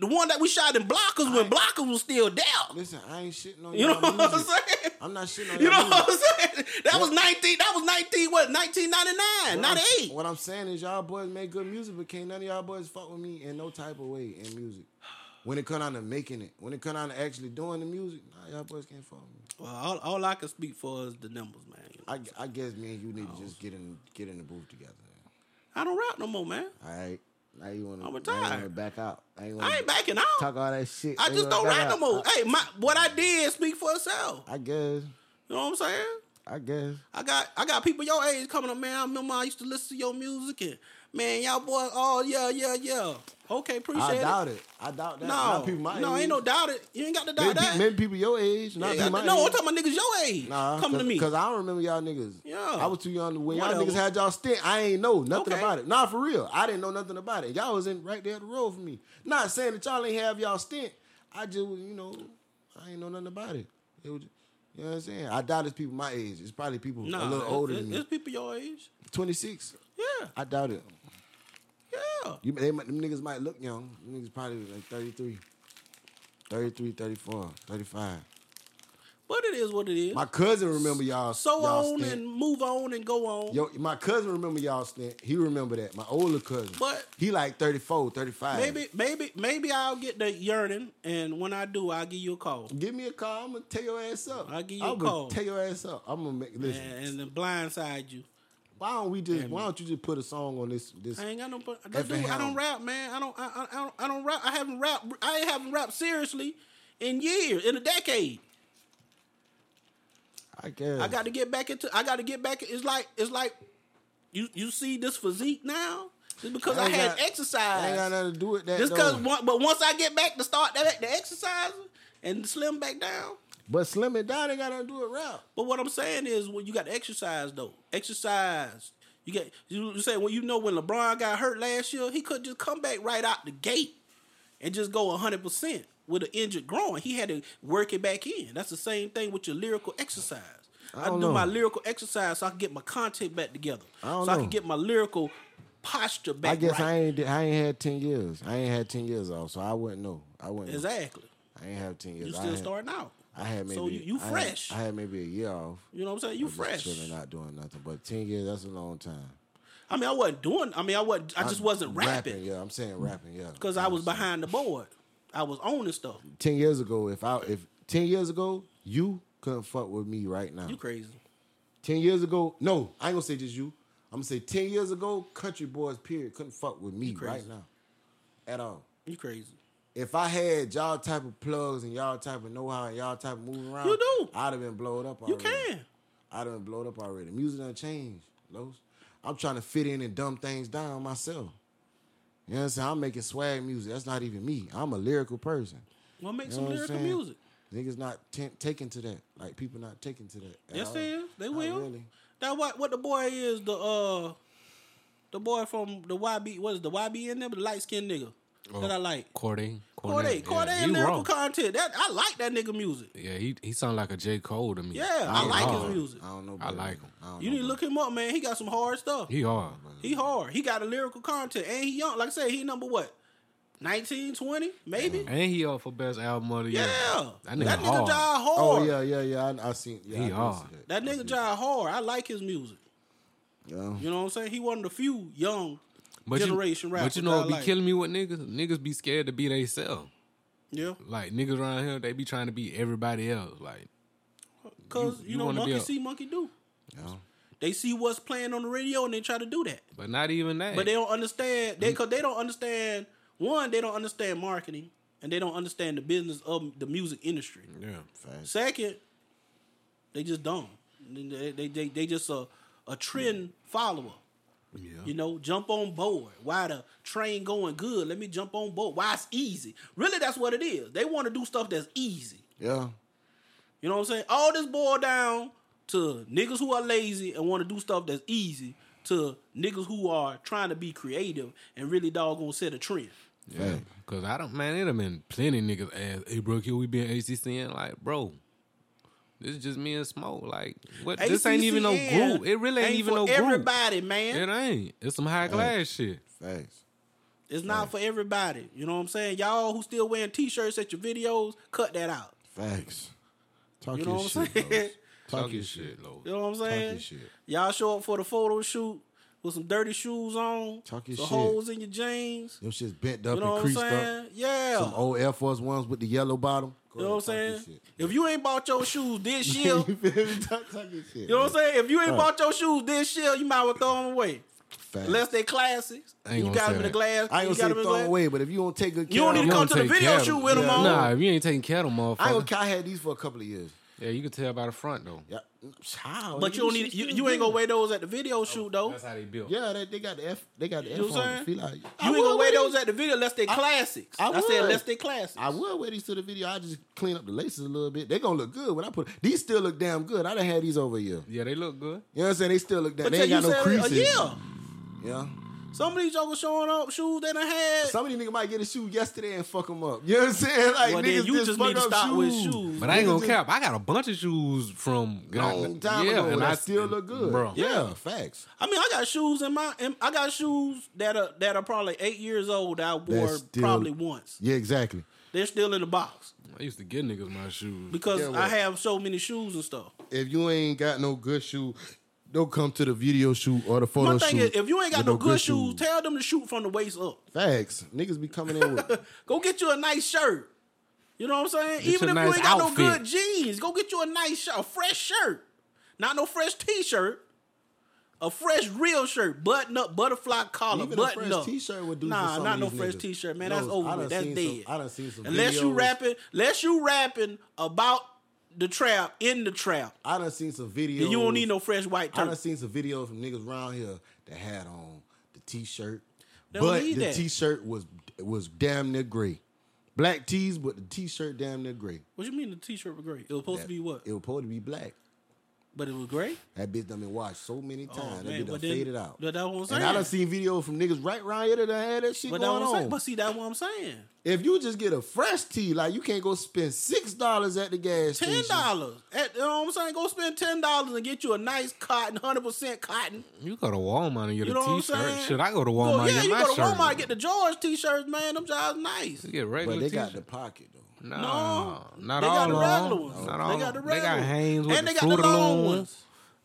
The one that we shot in Blockers when Blockers was still there. Listen, I ain't shitting on You know y'all what I'm music. saying? I'm not shitting on You y'all know music. what I'm saying? That was 19, that was 19, what, 1999, What I'm- 98. What I'm saying is y'all boys make good music, but can't none of y'all boys fuck with me in no type of way in music. When it come down to making it, when it come down to actually doing the music, nah, y'all boys can't fuck with me. Well, all, all I can speak for is the numbers, man. I, I guess me and you need to just get in get in the booth together. I don't rap no more, man. All right. Now you want to I'm retired. back out. I ain't, wanna I ain't backing out. talk all that shit. I Ain't just wanna don't rap back no out. more. hey, my what I did speak for itself. I, I guess. You know what I'm saying? I guess. I got I got people your age coming up, man. I remember I used to listen to your music and man, y'all boys, oh yeah, yeah, yeah. Okay, appreciate I it. doubt it. I doubt that. No, Not people my no, age. ain't no doubt it. You ain't got to doubt Maybe, that. pe- maybe people your age, You not ain't people got my to- no, age. I'm talking about niggas your age Nah, coming to me. Cause I don't remember y'all niggas. Yeah. I was too young to when y'all Whatever. niggas had y'all stint. I ain't know nothing Okay. about it. Nah, for real. I didn't know nothing about it. Y'all was in right there at the road for me. Not saying that y'all ain't have y'all stint. I just was, you know, I ain't know nothing about it. It was you know what I'm saying? I doubt it's people my age. It's probably people Nah, a little it- older it- than me. It's people your age. 26. Yeah, I doubt it. yeah. You, they, might- them niggas might look young. Them niggas probably like 33, 33, 34, 35. But it is what it is. My cousin remember y'all. so y'all on stint. and move on and go on. Yo, my cousin remember y'all stint. He remember that. My older cousin. But- he like 34, 35. Maybe, maybe, maybe I'll get the yearning, and when I do, I'll give you a call. Give me a call. I'm gonna tear your ass up. I'll give you a I'm gonna call. Tear your ass up. I'm gonna make listen. And, and then blindside you. Why don't we just why don't you just put a song on this this I ain't got no. bu- I Effing do. I hell. don't rap, man. I don't. I, I, I don't. I don't rap. I haven't rap. I haven't rapped seriously in years, in a decade. I guess. I got to get back into. I got to get back. It's like it's like you you see this physique now. It's because I I, ain't had got- exercise. I ain't got nothing to do with that. Just though. cause one, but once I get back to start that the exercise and slim back down. But Slim and Down ain't got nothing to do with rap. But what I'm saying is when you got to exercise though. Exercise. You get you you say well you know when LeBron got hurt last year, he could just come back right out the gate and just go 100% with an injured groin. He had to work it back in. That's the same thing with your lyrical exercise. I, don't do know. my lyrical exercise so I can get my content back together. I don't so I know. can get my lyrical posture back I guess right. I ain't did- I ain't had 10 years. I ain't had 10 years off, so I wouldn't know. I wouldn't know. Exactly. I ain't have 10 years. You I still had, starting out. I had maybe So you- you I had- fresh. I had maybe a year off. You know what I'm saying? You I'm fresh. Just chilling, not doing nothing. But ten years, that's a long time. I mean, I wasn't doing. I mean, I wasn't. I just wasn't rapping Yeah, I'm saying rapping. Yeah, because I was behind the board. I was owning stuff. ten years ago. If I if ten years ago you couldn't fuck with me right now. You crazy? ten years ago, no, I ain't gonna say just you. I'm gonna say ten years ago, country boys period couldn't fuck with me crazy. right now, at all. You crazy? If I had y'all type of plugs and y'all type of know how and y'all type of moving around, You do. I'd have been blowed up. You Already. can. I done blowed up already. Music done changed, Los. I'm trying to fit in and dumb things down myself. You know what I'm saying? I'm making swag music. That's not even me. I'm a lyrical person. Well, make You some know what I'm lyrical saying? music. Niggas not t- taking to that. Like people not taking to that. at Yes, all. they is. They Oh, Not will. really. That what what the boy is the uh the boy from the YB. What is the YB in there? The light skinned nigga Oh. that I like. Corday. Corday, yeah, Corday, he and lyrical raw. content. That I like that nigga music. Yeah, he he sound like a J Cole to me. Yeah, I, He like hard. his music. I don't know. I bro. like him. I don't You know, need to look him up, man. He got some hard stuff. He hard. He hard. He got a lyrical content. And he young. Like I said, he number what? 19, 20, maybe? And he up for best album of the Yeah. year. That nigga hard. drive hard. Oh yeah, yeah, yeah. I, I seen. Yeah, He I do hard. see That that. nigga drive hard. I like his music. Yeah. You know what I'm saying? He one of the few young But generation you, rappers. But you that know I what be like. killing me with niggas? Niggas be scared to be they self. Yeah. Like niggas around here, they be trying to be everybody else. Like Cause You- you, you know, wanna be monkey a- see, monkey do. Yeah. They see what's playing on the radio and they try to do that. but not even that. But they don't understand Mm-hmm. they cause they don't understand one, they don't understand marketing and they don't understand the business of the music industry. Yeah. Facts. Second, they just dumb. They they they, they just a a trend follower. You know, jump on board. Why the train going good? Let me jump on board. Why it's easy? Really, that's what it is. They want to do stuff that's easy. Yeah. You know what I'm saying? All this boil down to niggas who are lazy and want to do stuff that's easy to niggas who are trying to be creative and really doggone set a trend. Yeah. Cause I don't man, it have been plenty niggas ass, hey bro, here we been ACCN like, bro. This is just me and Smoke. Like, what? this ain't even no ACCN group. It really ain't, even for no group. everybody, man. It ain't. It's some high class shit. Facts. It's not for everybody. You know what I'm saying? Y'all who still wearing t-shirts at your videos, cut that out. Facts. Talk You your know what I'm shit. saying? Lowe's. Talk, Talk your your shit. Lord. You know what I'm saying? your shit. Y'all show up for the photo shoot with some dirty shoes on, Talk your some shit. holes in your jeans. Them shit's bent up You know and what I'm creased saying? up. Yeah. Some old Air Force ones with the yellow bottom. Go you know what I'm ahead, saying? talk your shit. If you ain't bought your shoes this year, you You feel me? Talk, talk your shit. know what I'm saying? If you ain't bought your shoes this year, you might as well throw them away. Facts. Unless they classics. I ain't You gonna got say them in the that. glass. I ain't you gonna got them say in throw the 'em glass. away, but if you don't take good care, You don't of need to 'em- come don't to the take video care of shoot them. with them Yeah. on. Nah, if you ain't taking care of them, I ain't motherfucker. gonna. I had these for a couple of years. Yeah, you can tell by the front though. Yeah, child. But you don't need you, you ain't gonna wear those at the video shoot though. That's how they built. Yeah, they, they got the F. They got the know what F I'm on. saying? Feel like you You ain't gonna wear those at the video unless they classics. I, I said would. unless they classics. I will wear these to the video. I just clean up the laces a little bit. They gonna look good when I put these. Still look damn good. I done had these over a year. Yeah, they look good. You know what I'm saying? They still look damn. but They ain't you got no said creases. a year. Yeah. Some of these jokers showing up shoes they done had. Some of these niggas might get a shoe yesterday and fuck them up. You know what I'm saying? Like well, niggas then you just, fuck need to up stop shoes. with shoes. But I ain't gonna cap. I got a bunch of shoes from Long time yeah, ago, and Oh, and I I still look good, bro. Yeah, facts. I mean, I got shoes in my. in- I got shoes that are that are probably eight years old. That I wore That's still- probably once. Yeah, exactly. They're still in the box I used to give niggas my shoes. because Yeah, well- I have so many shoes and stuff. If you ain't got no good shoe, don't come to the video shoot or the photo My thing shoot. is, if you ain't got with no, good, shoes, tell them to shoot from the waist up. facts. Niggas be coming in with Go get you a nice shirt. You know what I'm saying? Even you if a you nice ain't got outfit. no good jeans, go get you a nice shirt, a fresh shirt, not no fresh T-shirt, a fresh real shirt, button up, butterfly collar, Even a button fresh up. t-shirt would do for Nah, some not of no these fresh niggas. T-shirt, man. Those- that's over. I done with. That's seen some- dead. I done seen some Unless you videos. rapping, unless you rapping about the trap in the trap, I done seen some videos. then you don't need no fresh white I turkey. done seen some videos from niggas around here that had on the t-shirt, They don't but the need that. t-shirt was was damn near gray, black tees, but the t-shirt damn near gray. What you mean the T-shirt was gray? It was supposed to be what? It was supposed to be black. but it was gray. That bitch done been washed so many times. that Oh, man, bitch done but then- faded out. but that's what I'm And I saying. done seen videos from niggas right around here that done had that shit But that's going what I'm saying. on. But see, that's what I'm saying. If you just get a fresh tee, like you can't go spend six dollars at the gas Ten station. dollars. Eh, You know what I'm saying? Go spend ten dollars and get you a nice cotton, hundred percent cotton. You go to Walmart and get You a know what I'm t-shirt. saying? Should I go to Go- Walmart? and yeah, get you my go to shirt? Walmart get the George t-shirts, man. Them jobs nice. You get regular But they t-shirt. got the pocket though. no, No, not they all got the of regular them. ones. Not They all got of the them. They got regular Hanes ones. with And the they got the Fruit long Looms. ones.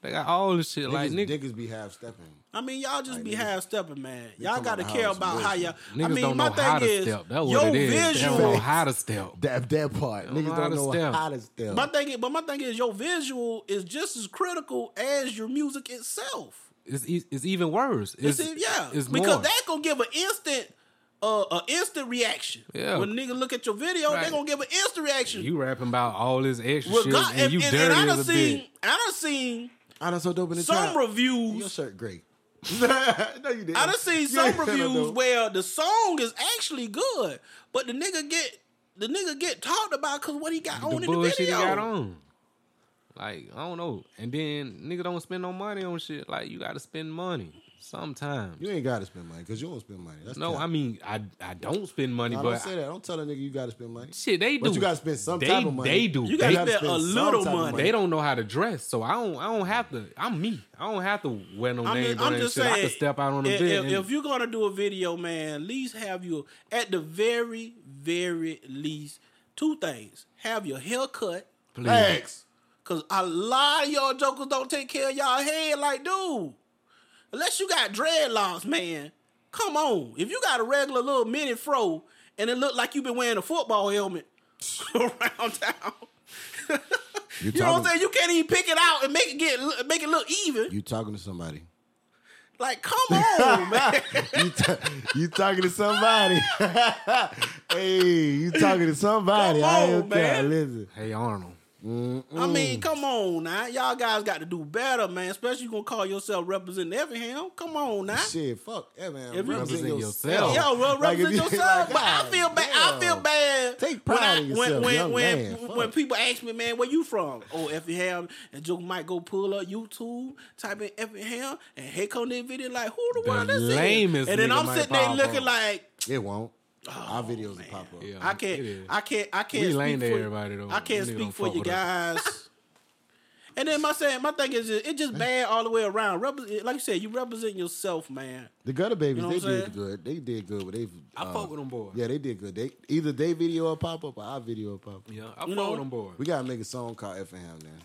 They got all this shit. like Niggas, niggas, niggas be half stepping. I mean, y'all just be half stepping, man. Y'all come got to out the care house about with how it. y'all. I niggas mean, don't my know how thing to is, step. That's your what it is. They don't know visual. how to step. That that part. know Niggas how don't to know step. how to step. My thing, is- but my thing is, your visual is just as critical as your music itself. It's e- it's even worse. It's, It's, e, yeah, it's because more. that gonna give an instant, uh, an instant reaction. Yeah. when niggas look at your video, they Right. gonna give an instant reaction. you rapping about all this extra shit Regard- and, you dirty I as done a seen, bitch. I done seen I done so dope in the some trap. Your reviews. shirt great. no, you didn't. I done seen You some ain't gonna reviews know. where the song is actually good, but the nigga get the nigga get talked about because what he got on the in the bullshit video. he got on. Like I don't know, and then nigga don't spend no money on shit. Like you got to spend money sometimes. you ain't gotta spend money because you don't spend money. That's no, cap. I mean I I don't spend money, Nah, but don't say that. Don't tell a nigga you gotta spend money. shit they do. But you gotta spend some they, type of money. They do. You they, gotta gotta spend a spend some little type of money. they don't know how to dress, so I don't I don't have to. I'm me. I don't have to wear no I'm name just, I'm brand just shit. saying, I can step out on the if, bed. if- and- if you're gonna do a video, man, at least have you at the very, very least two things: have your hair cut, please. Facts. cause a lot of y'all jokers don't take care of y'all head. Like, dude, unless you got dreadlocks, man, come on. If you got a regular little mini fro and it look like you've been wearing a football helmet around town. You, know what I'm talking- saying? You can't even pick it out and make it get make it look even. You talking to somebody. like, come on, man. you, ta- you talking to somebody. hey, you talking to somebody. Come I on, don't care. man. Listen. Hey Arnold, I Mm. mean, come on now. Y'all guys got to do better, man. Especially you gonna call yourself representing Effingham. Come on now. Shit, fuck Evan. If you- Represent Yo, yourself. yo, bro, Like, if represent you- yourself. like, but I God feel bad. I damn. feel bad. Take when pride I, in yourself, when young when man. when, Fuck. when people ask me, man, where you from? Oh, Effingham. And Joe might go pull up YouTube, type in Effingham, and here come that video. Like, who the, The one that's lamest And then nigga I'm might sitting there pop looking up. like. It won't. Our Oh, videos will pop up. Yeah. I it can't. is. I can't. I can't. We speak lame to for, everybody, though. I can't Nigga speak don't for fuck you with us. guys. And then my saying, my thing is, just, it's just bad all the way around. Repres- like you said, you represent yourself, man. The gutter babies, You know they what I'm did saying? good. They did good. But they, uh, I fuck with them boys. yeah, they did good. They either they video or pop up or our video or pop up. Yeah, I fuck You know- with them boys. We gotta make a song called Effingham now.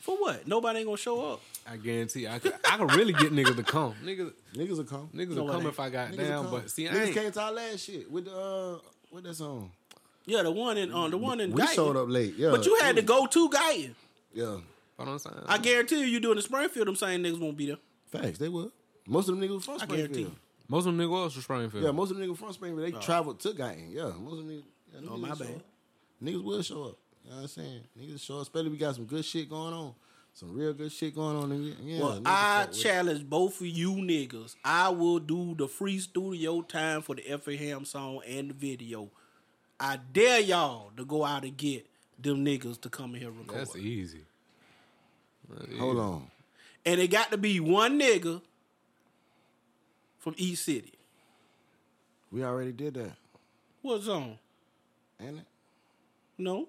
For what? Nobody ain't gonna show up. I guarantee I could, I could really get niggas to come. Niggas, Niggas will come. niggas No, will I come ain't. if I got Niggas will down. come. But see, I niggas ain't. came to our last shit with the uh, what that song? Yeah, the one in um, the one in We Guyton. showed up late. Yeah, But you had to go to Guyton. Yeah, What I'm saying. I guarantee you, you doing the Springfield, them same niggas won't be there. facts. They would. Most of them niggas was from I guarantee Springfield. you. most of them niggas was from Springfield. Yeah, most of them niggas from Springfield. They traveled to Guyton. Yeah, most of them niggas. Yeah, niggas Oh, my will show bad. up. Niggas will show up. You know what I'm saying? Niggas show up. Especially we got some good shit going on. Some real good shit going on. in- Yeah, Well, niggas I fuck with it. challenge both of you niggas. I will do the free studio time for the Effingham song and the video. I dare y'all to go out and get them niggas to come in here record. that's easy. Hold on. And it got to be one nigga from East City. We already did that, What zone? ain't it? No,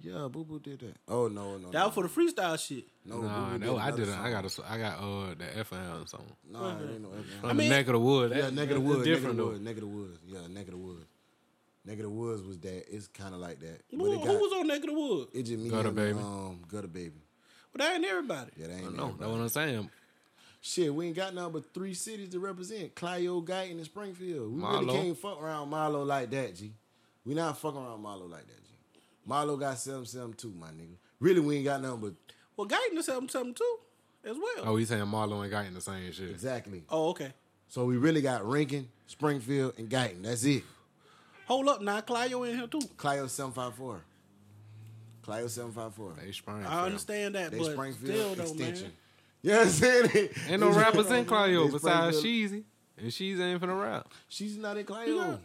Yeah, Boo Boo did that. Oh no, no, that no, was for the freestyle shit. no. nah, Boo Boo no, I another didn't. I song. got a, I got uh the FM song. No, it ain't no. From Effingham. I mean- the neck of the wood. Yeah, That- neck of the that's woods. Neck of Different the though. woods. Neck of the woods. Yeah, neck of the woods. Neck of the woods was that. It's kind of like that. Who, But it who got was on Neck of the Wood? it just me Gutter and Baby. um gutter baby. Well, that ain't everybody. Yeah, that ain't No, everybody. that's what I'm saying. Shit, we ain't got nothing but three cities to represent: Clio, Guyton, and Springfield. We Marlow. really can't fuck around Marlow like that, G. We not fucking around Marlow like that, G. Marlow got seven seven two, my nigga. Really, we ain't got nothing but Well, Guyton is something, something too, as well. Oh, he's saying Marlo and Guy in the same shit. exactly. oh okay. So we really got Rankin, Springfield, and Guyton. That's it. Hold up, now Clio in here too. Clio seven five four. Clio seven five four. They Springfield. I understand that, They but still Springfield though, extension. man. You know what I'm saying? Ain't no rappers in Clio They besides Springfield- Sheezy, and Sheezy ain't finna rap. She's not in Clio. Yeah,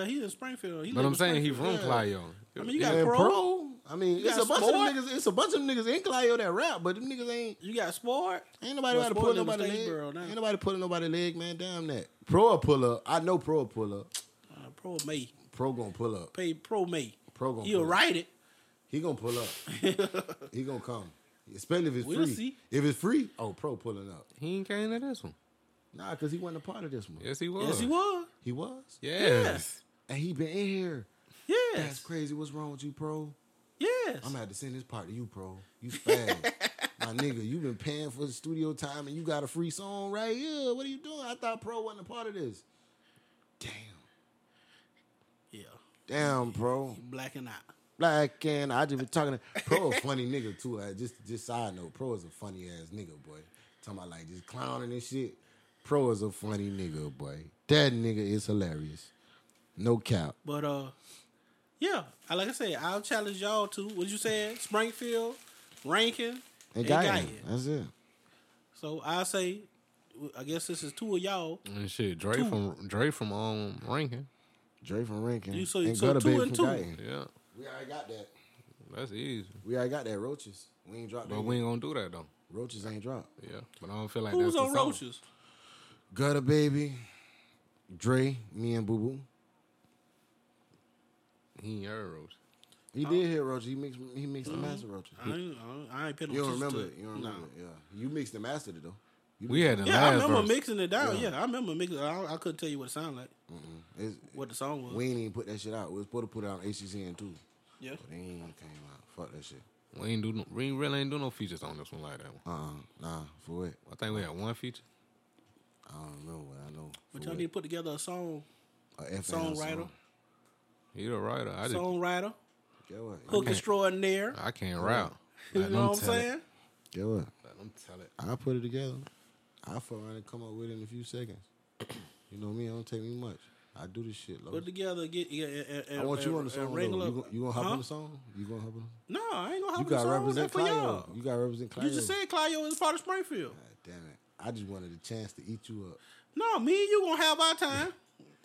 yeah he in Springfield. He But live I'm in saying he Springfield. from Clio. I mean, you Yeah, got and Pro, Pro. I mean, You it's got a bunch of Sport. them niggas. It's a bunch of them niggas in Clio that rap, but them niggas ain't You got Sport. ain't nobody Well, about to Sport pull live in nobody leg. Statesboro now. Ain't nobody pulling nobody leg, man. Damn that. Pro will pull up. I know Pro will pull up. Uh, Pro May, Pro gonna pull up. pay Pro May. Pro gonna He'll pull up. write it. He gonna pull up. he gonna come. Especially if it's We'll free. see. If it's free, oh, Pro pulling up. He ain't came to this one. Nah, cause he wasn't a part of this one. Yes, he was. Yes, he was. He was, Yes. and he been in here. That's Yes, crazy. What's wrong with you, Pro? yes. I'm gonna have to send this part to you, Pro. You spaz. My nigga, you been paying for the studio time and you got a free song right here. What are you doing? I thought Pro wasn't a part of this. Damn. yeah, Damn, Pro. black and out. Black and I just been talking to Pro a funny nigga too. Like, just just side note, Pro is a funny ass nigga, boy. Talking about like just clowning and shit. Pro is a funny nigga, boy. That nigga is hilarious. No cap. But uh, yeah. I- Like I said, I'll challenge y'all to what you said: Springfield, Rankin, And and got Guyton. him. That's it. So I say, I guess this is two of y'all. And shit, Dre from Dre from um Rankin. Dre from Rankin. You- so you- and so Gutter two Baby and from two. Guyton. Yeah, We already got that. that's easy. We already got that roaches. We ain't dropped But that we yet. ain't gonna do that though. roaches ain't dropped. Yeah, but I don't feel like Who's that's the on song. Roaches? Gutter baby, Dre, me and Boo Boo. He ain't heard Roaches. He Oh. did hear roaches. He mixed. He mixed Mm-hmm. the master roaches. I ain't, I ain't- I ain't paying no You don't attention remember to it. You don't remember it. Yeah, you mixed the master though. You We had the Yeah, I last remember verse. mixing it down. Yeah, I remember mixing. I, I couldn't tell you what it sounded like, It's, what the song was. we ain't even put that shit out. We was supposed to put it on HCCN too. yeah, But it ain't even came out. Fuck that shit. We ain't do no, we ain't really ain't do no features on this one like that one. Uh, uh nah. For what? I think we had one feature. I don't know. What I know. but For y'all what? need to put together a song, A FM songwriter, Song. He the writer. I just songwriter, Get what? hook extraordinaire. I can't rap. You Let know them what I'm tell it. saying? Get what? Let them tell it. I put it together. I fuck around and come up with it in a few seconds. you know me. It don't take me much. I do this shit. Low. Put together, get. Yeah, and, and, I want and- you on and the song. though. You wrangle up- gonna, you gonna hop Huh? on the song? You gonna hop on? The, No, I ain't gonna you hop on the song. gotta That's represent for Clio. y'all. You gotta represent Clio. You just said Clio is part of Springfield. God damn it! I just wanted a chance to eat you up. No, me and you gonna have our time.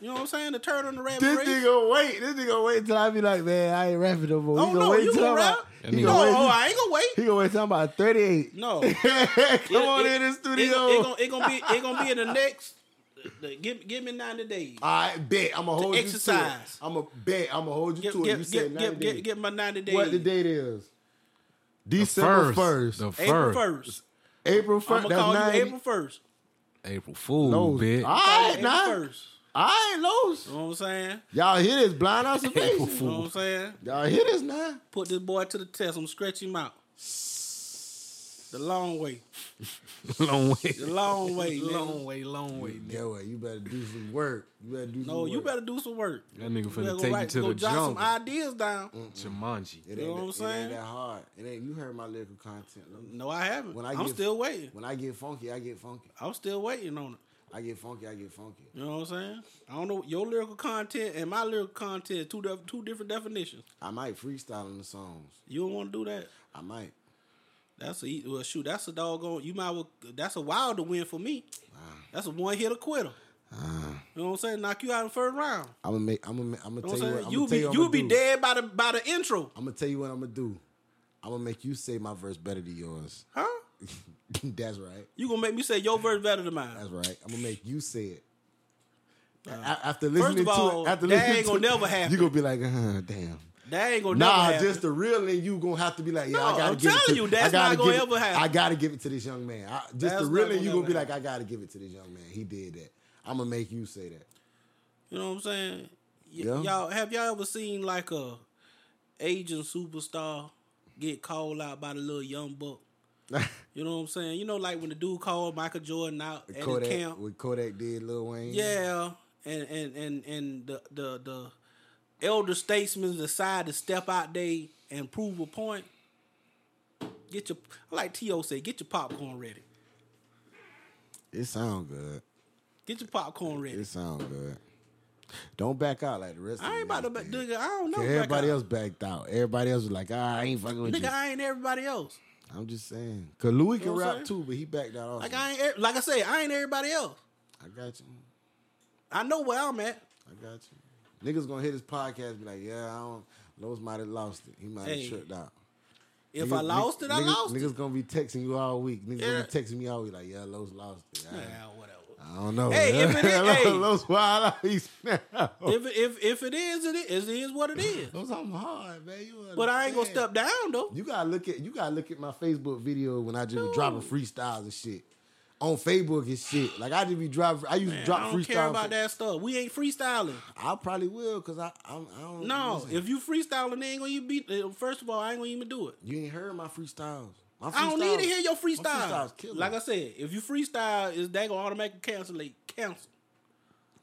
You know what I'm saying? The turtle and the rabbit This race. nigga wait. This nigga wait till I be like, man, I ain't rapping no more. oh he no, gonna wait you till gonna I'm rap? about- And He he- No, gonna wait. oh, I ain't gonna wait. he gonna wait till I'm about thirty eight. No, Come on in the It, studio. it, gon- it gonna be it gonna be in the next. the- give give me ninety days. I bet I'm gonna hold you to it. exercise. I'm gonna bet I'm gonna hold you Get to it. You get said get 90 get, get, days. get my ninety days. What the date is? December first. first, The first. April first. April I'm first. gonna That's call nine. you April first. April Fool, Lowe's. bitch. ah. All right, nah. first. All right, Lowe's. You know what I'm saying? Y'all hear this blind April observation? You know what Fool. I'm saying? Y'all hear this now? Put this boy to the test. I'm stretch him out. The long way. long way. The long way. nigga. Long way, long way. nigga. Yeah, well, you better do some work. You better do some No, work. you better do some work. That nigga You better finna go, take write- you to go the jot some jungle. Mm. ideal down. Jumanji. It ain't, You know what I'm it saying? ain't that hard. It ain't. You heard my lyrical content. Let me- No, I haven't. When I I am get- still waiting. When I get funky, I get funky. I'm still waiting on it. I get funky. I get funky. You know what I'm saying? I don't know your lyrical content and my lyrical content two def- two different definitions. I might freestyle on the songs. You don't want to do that. I might. That's a e- well, shoot. That's a doggone. You might. Well, that's a wild to win for me. That's a one hitter quitter. Ah. You know what I'm saying? Knock you out in the first round. I'm gonna make. I'm gonna. I'm gonna You know tell what you. I'm What, saying? You'll be I'm gonna tell you you'll be dead by the by the intro, I'm gonna tell you what I'm gonna do. I'm gonna make you say my verse better than yours. huh? That's right. You gonna make me say your verse better than mine. That's right. I'm gonna make you say it. A- a- after First listening of all, to it, after that listening ain't to gonna it, never happen. you gonna be like, uh, damn. That ain't gonna never Nah, happen. just the real and you gonna have to be like, yeah, No, I gotta I'm give it to telling you, that's I gotta not gonna give it- ever happen. I gotta give it to this young man. I, just That's the not real gonna and you gonna never be like, I gotta give it to this young man. He did that. I'm gonna make you say that. You know what I'm saying? Y- Yeah. Y'all have y'all ever seen like a aging superstar get called out by the little young buck? You know what I'm saying? You know, like when the dude called Michael Jordan out at his Kodak, camp. what Kodak did, Lil Wayne. Yeah, and and and and the the the elder statesmen decide to step out there and prove a point. Get your like To said, get your popcorn ready. it sound good. Get your popcorn ready. It sound good. Don't back out like the rest. of I ain't the about to, niggas did. nigga. I don't know. Cause black everybody guy. else backed out. Everybody else was like, ah, I ain't fucking with nigga. you. I ain't everybody else. I'm just saying. Cause Louis know can what I'm rap saying? too, but he backed out also. Like I ain't, e- like I say, I ain't everybody else. I got you. I know where I'm at. I got you. Niggas gonna hit his podcast and be like, yeah, I don't. Lowe's might have lost it. He might have Hey. tripped out. If Niggas- I lost it, I niggas- lost it. Niggas gonna be texting you all week. Niggas Yeah. gonna be texting me all week like, yeah, Lowe's lost it. I, Nah, whatever. I don't know. Hey, if it is- hey. Lowe's wild out. He's now. If if if it is, it is, it is what it is. Lowe's, I'm hard, man. You But I ain't gonna understand. step down though. You gotta look at you gotta look at my Facebook video when I just be dropping freestyles and shit on Facebook and shit. Like I just be dropping. I used to drop I don't freestyles. care about that stuff. We ain't freestyling. I probably will because I I'm, I don't. No, listen, if you freestyling, they ain't gonna even be. uh, First of all, I ain't gonna even do it. you ain't heard my freestyles. My freestyles I don't need to hear your My freestyle. freestyles killer. Like I said, if you freestyle, is they gonna automatically cancel? it? Cancel.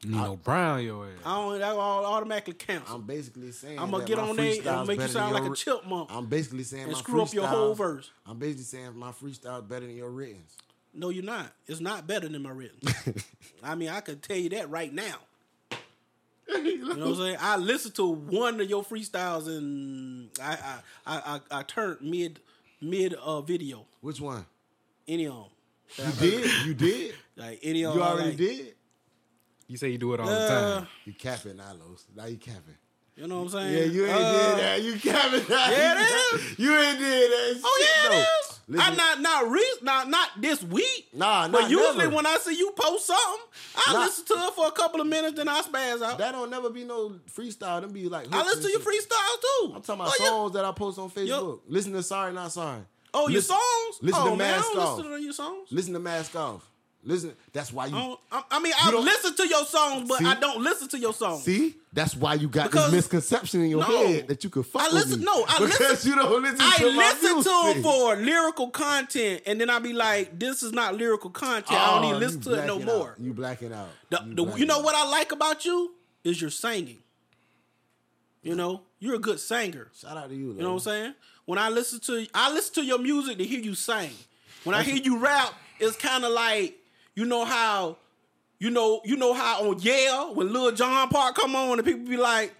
Nino Brown, your ass. I don't. That gonna automatically cancel. I'm basically saying I'ma that get my on they and freestyles make you better than sound like your a wri- chipmunk I'm basically saying and my screw up your whole freestyles- verse. I'm basically saying my freestyles better than your written. No, you're not. It's not better than my written. I mean, I could tell you that right now. You know what I'm saying? I listened to one of your freestyles and I I I, I, I turned mid mid uh video. Which one? Any of 'em. You did. You did. Like any of You 'em, already like, did. You say you do it all the Uh, time. You capping now, Los. Now you capping. you know what I'm saying? Yeah, you ain't Uh, did that. You capping now. yeah, that is. You ain't did that. Oh yeah, shit, it though. is. Listen, I not not re- not not this week. Nah, but not usually never. when I see you post something, I Nah. listen to it for a couple of minutes, then I spaz out. That don't never be no freestyle. Them be like. I hooks listen and to your shit. freestyles too. I'm talking about Oh, yeah. songs that I post on Facebook. Listen to Sorry Not Sorry. Oh, your Listen- songs? listen oh, to man, I Mask don't Off. listen to your songs. Listen to Mask Off. Listen. That's why you. I, don't- I- I mean, I don't- listen to your songs, but See? I don't listen to your songs. See, that's why you got Because- this misconception in your No. head that you could fuck I with listen- me. no, I because listen- you don't listen. I to my listen to music. them for lyrical content, and then I be like, "This is not lyrical content. I Oh, don't you even listen to it no blacking more." out. You blacking out. The- the- you, blacking know out. what I like about you is your singing. You know, you're a good singer. Shout out to you. You know what I'm saying? When I listen to I listen to your music to hear you sing. When I hear you rap, it's kind of like you know how you know you know how on Yale when Lil John Park come on and people be like,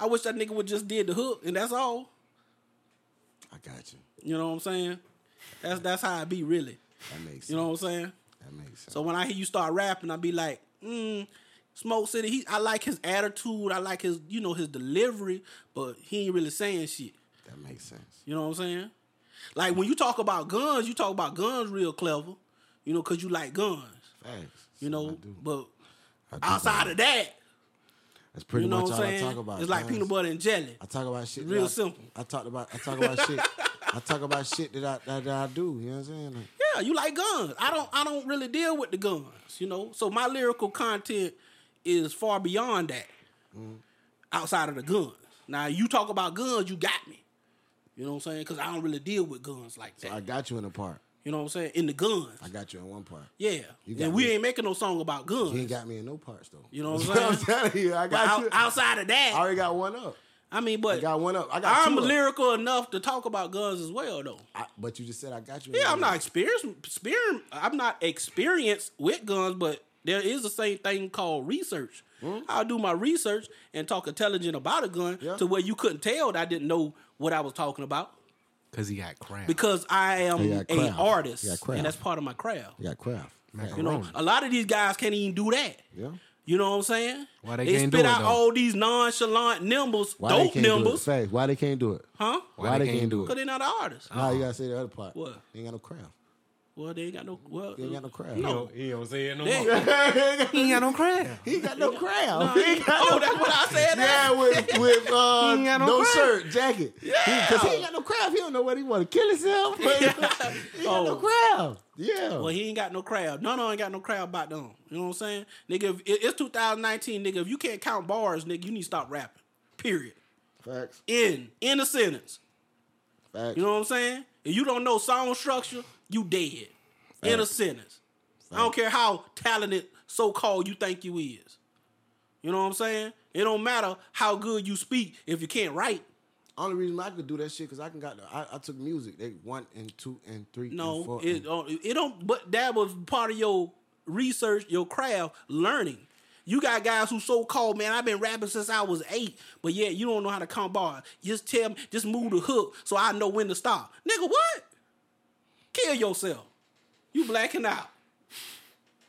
I wish that nigga would just did the hook and that's all. I got you. You know what I'm saying? That's that's how I be really. That makes sense. You know what I'm saying? that makes sense. So when I hear you start rapping, I be like, mm, Smoke City. He, I like his attitude. I like his, you know, his delivery, but he ain't really saying shit. that makes sense. You know what I'm saying? Like when you talk about guns, you talk about guns real clever, you know, because you like guns, Facts. you know. I do. But I do outside of that, that's pretty you know much what all I'm saying? I talk about. it's like guys. peanut butter and jelly. I talk about shit. Real that I, simple. I talked about. I talk about shit. I talk about shit that I that, that I do. You know what I'm saying? Like, Yeah, you like guns. I don't I don't really deal with the guns, you know. So my lyrical content is far beyond that. Outside of the guns. Now you talk about guns, you got me. You know what I'm saying? Cuz I don't really deal with guns like that. I got you in a part. you know what I'm saying? In the guns. I got you in one part. yeah. got And we me. ain't making no song about guns. You ain't got me in no parts though. You know what I'm That's saying? I'm telling you, I But got out- you. outside of that, I already got one up. I mean, but I got one up. I got I'm two up. lyrical enough to talk about guns as well, though. I- but you just said I got you. in Yeah, one I'm up. not experienced. Exper- I'm not experienced with guns, but there is the same thing called research. I'll do my research and talk intelligent about a gun Mm-hmm. Yeah. to where you couldn't tell that I didn't know what I was talking about Cause he got crap. because I You am got a craft. artist, You got craft. and that's part of my craft. You got craft. You know, a lot of these guys can't even do that. Yeah. You know what I'm saying? Why they spit can't do it, out though? all these nonchalant nimbles, Why dope they can't nimbles, do it? Facts. Why they can't do it? huh? Why, they can't, do Because it? they're not artists. Nah, you gotta say the other part. What? They ain't got no craft. Well, they ain't got no. Well, They ain't got no craft. No. He don't say it no They- He ain't got no crap. He ain't got no craft. He ain't got oh, that's what I said. Yeah, with with uh, ain't got no, no craft. shirt, jacket. Yeah, because he, ain't got no craft. He don't know what he want to kill himself. But he ain't got no craft. Yeah, Oh, Well, he ain't got no crowd. No, no, ain't got no crowd back them. You know what I'm saying, nigga? If, it- it's 2019, nigga. If you can't count bars, nigga, you need to stop rapping. Period. facts, In in a sentence. facts, You know what I'm saying? If you don't know song structure, you dead. In a sentence. I don't care how talented so called you think you is. You know what I'm saying? It don't matter how good you speak if you can't write. Only reason I could do that shit because I can got the, I, I took music. They one and two and three. and No, four it and- don't, it don't. But that was part of your research, your craft, learning. You got guys who so called, man. I've been rapping since I was eight, but yet you don't know how to count bars. Just tell me, just move the hook so I know when to stop, nigga. What? Kill yourself. You blacking out.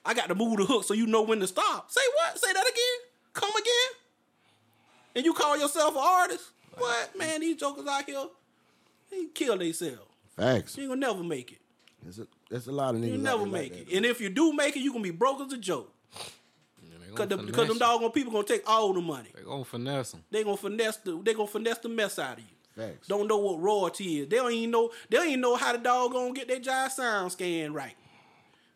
I got to move the hook so you know when to stop. Say what? Say that again. Come again. And you call yourself an artist? What man? These jokers out here, they kill themselves. facts. You ain't gonna never make it. That's a, that's a lot of niggas. You out never there like make it. that. And if you do make it, you gonna be broke as a joke. Cause, the, cause them doggone people gonna take all the money. They gonna finesse him. They gonna finesse the they gonna finesse the mess out of you. Facts. Don't know what royalty is. They don't even know they don't even know how the doggone get their jive sound scan right.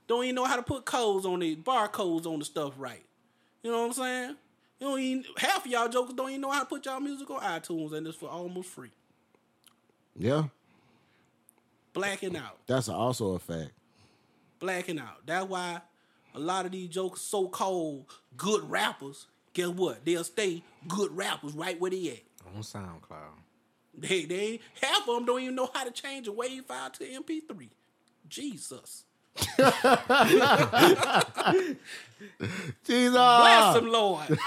Don't even know how to put codes on the barcodes on the stuff right. You know what I'm saying? You don't even half of y'all jokers don't even know how to put y'all music on iTunes and it's for almost free. Yeah, Blacking out. that's also a fact. blacking out. That's why a lot of these jokers, so called good rappers, guess what? They'll stay good rappers right where they at. On SoundCloud. They they ain't- half of them don't even know how to change a WAV file to MP3. Jesus, Jesus. bless them, Lord.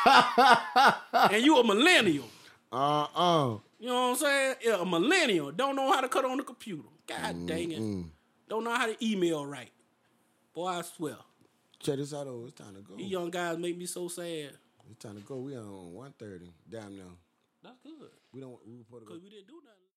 and you a millennial. Uh uh. You know what I'm saying? Yeah, a millennial don't know how to cut on the computer. God dang it! Don't know how to email right. Boy, I swear, Check this out. Oh, it's time to go. these young guys make me so sad. It's time to go. We on one thirty. Damn no. That's good We don't. We reported. because we didn't do nothing.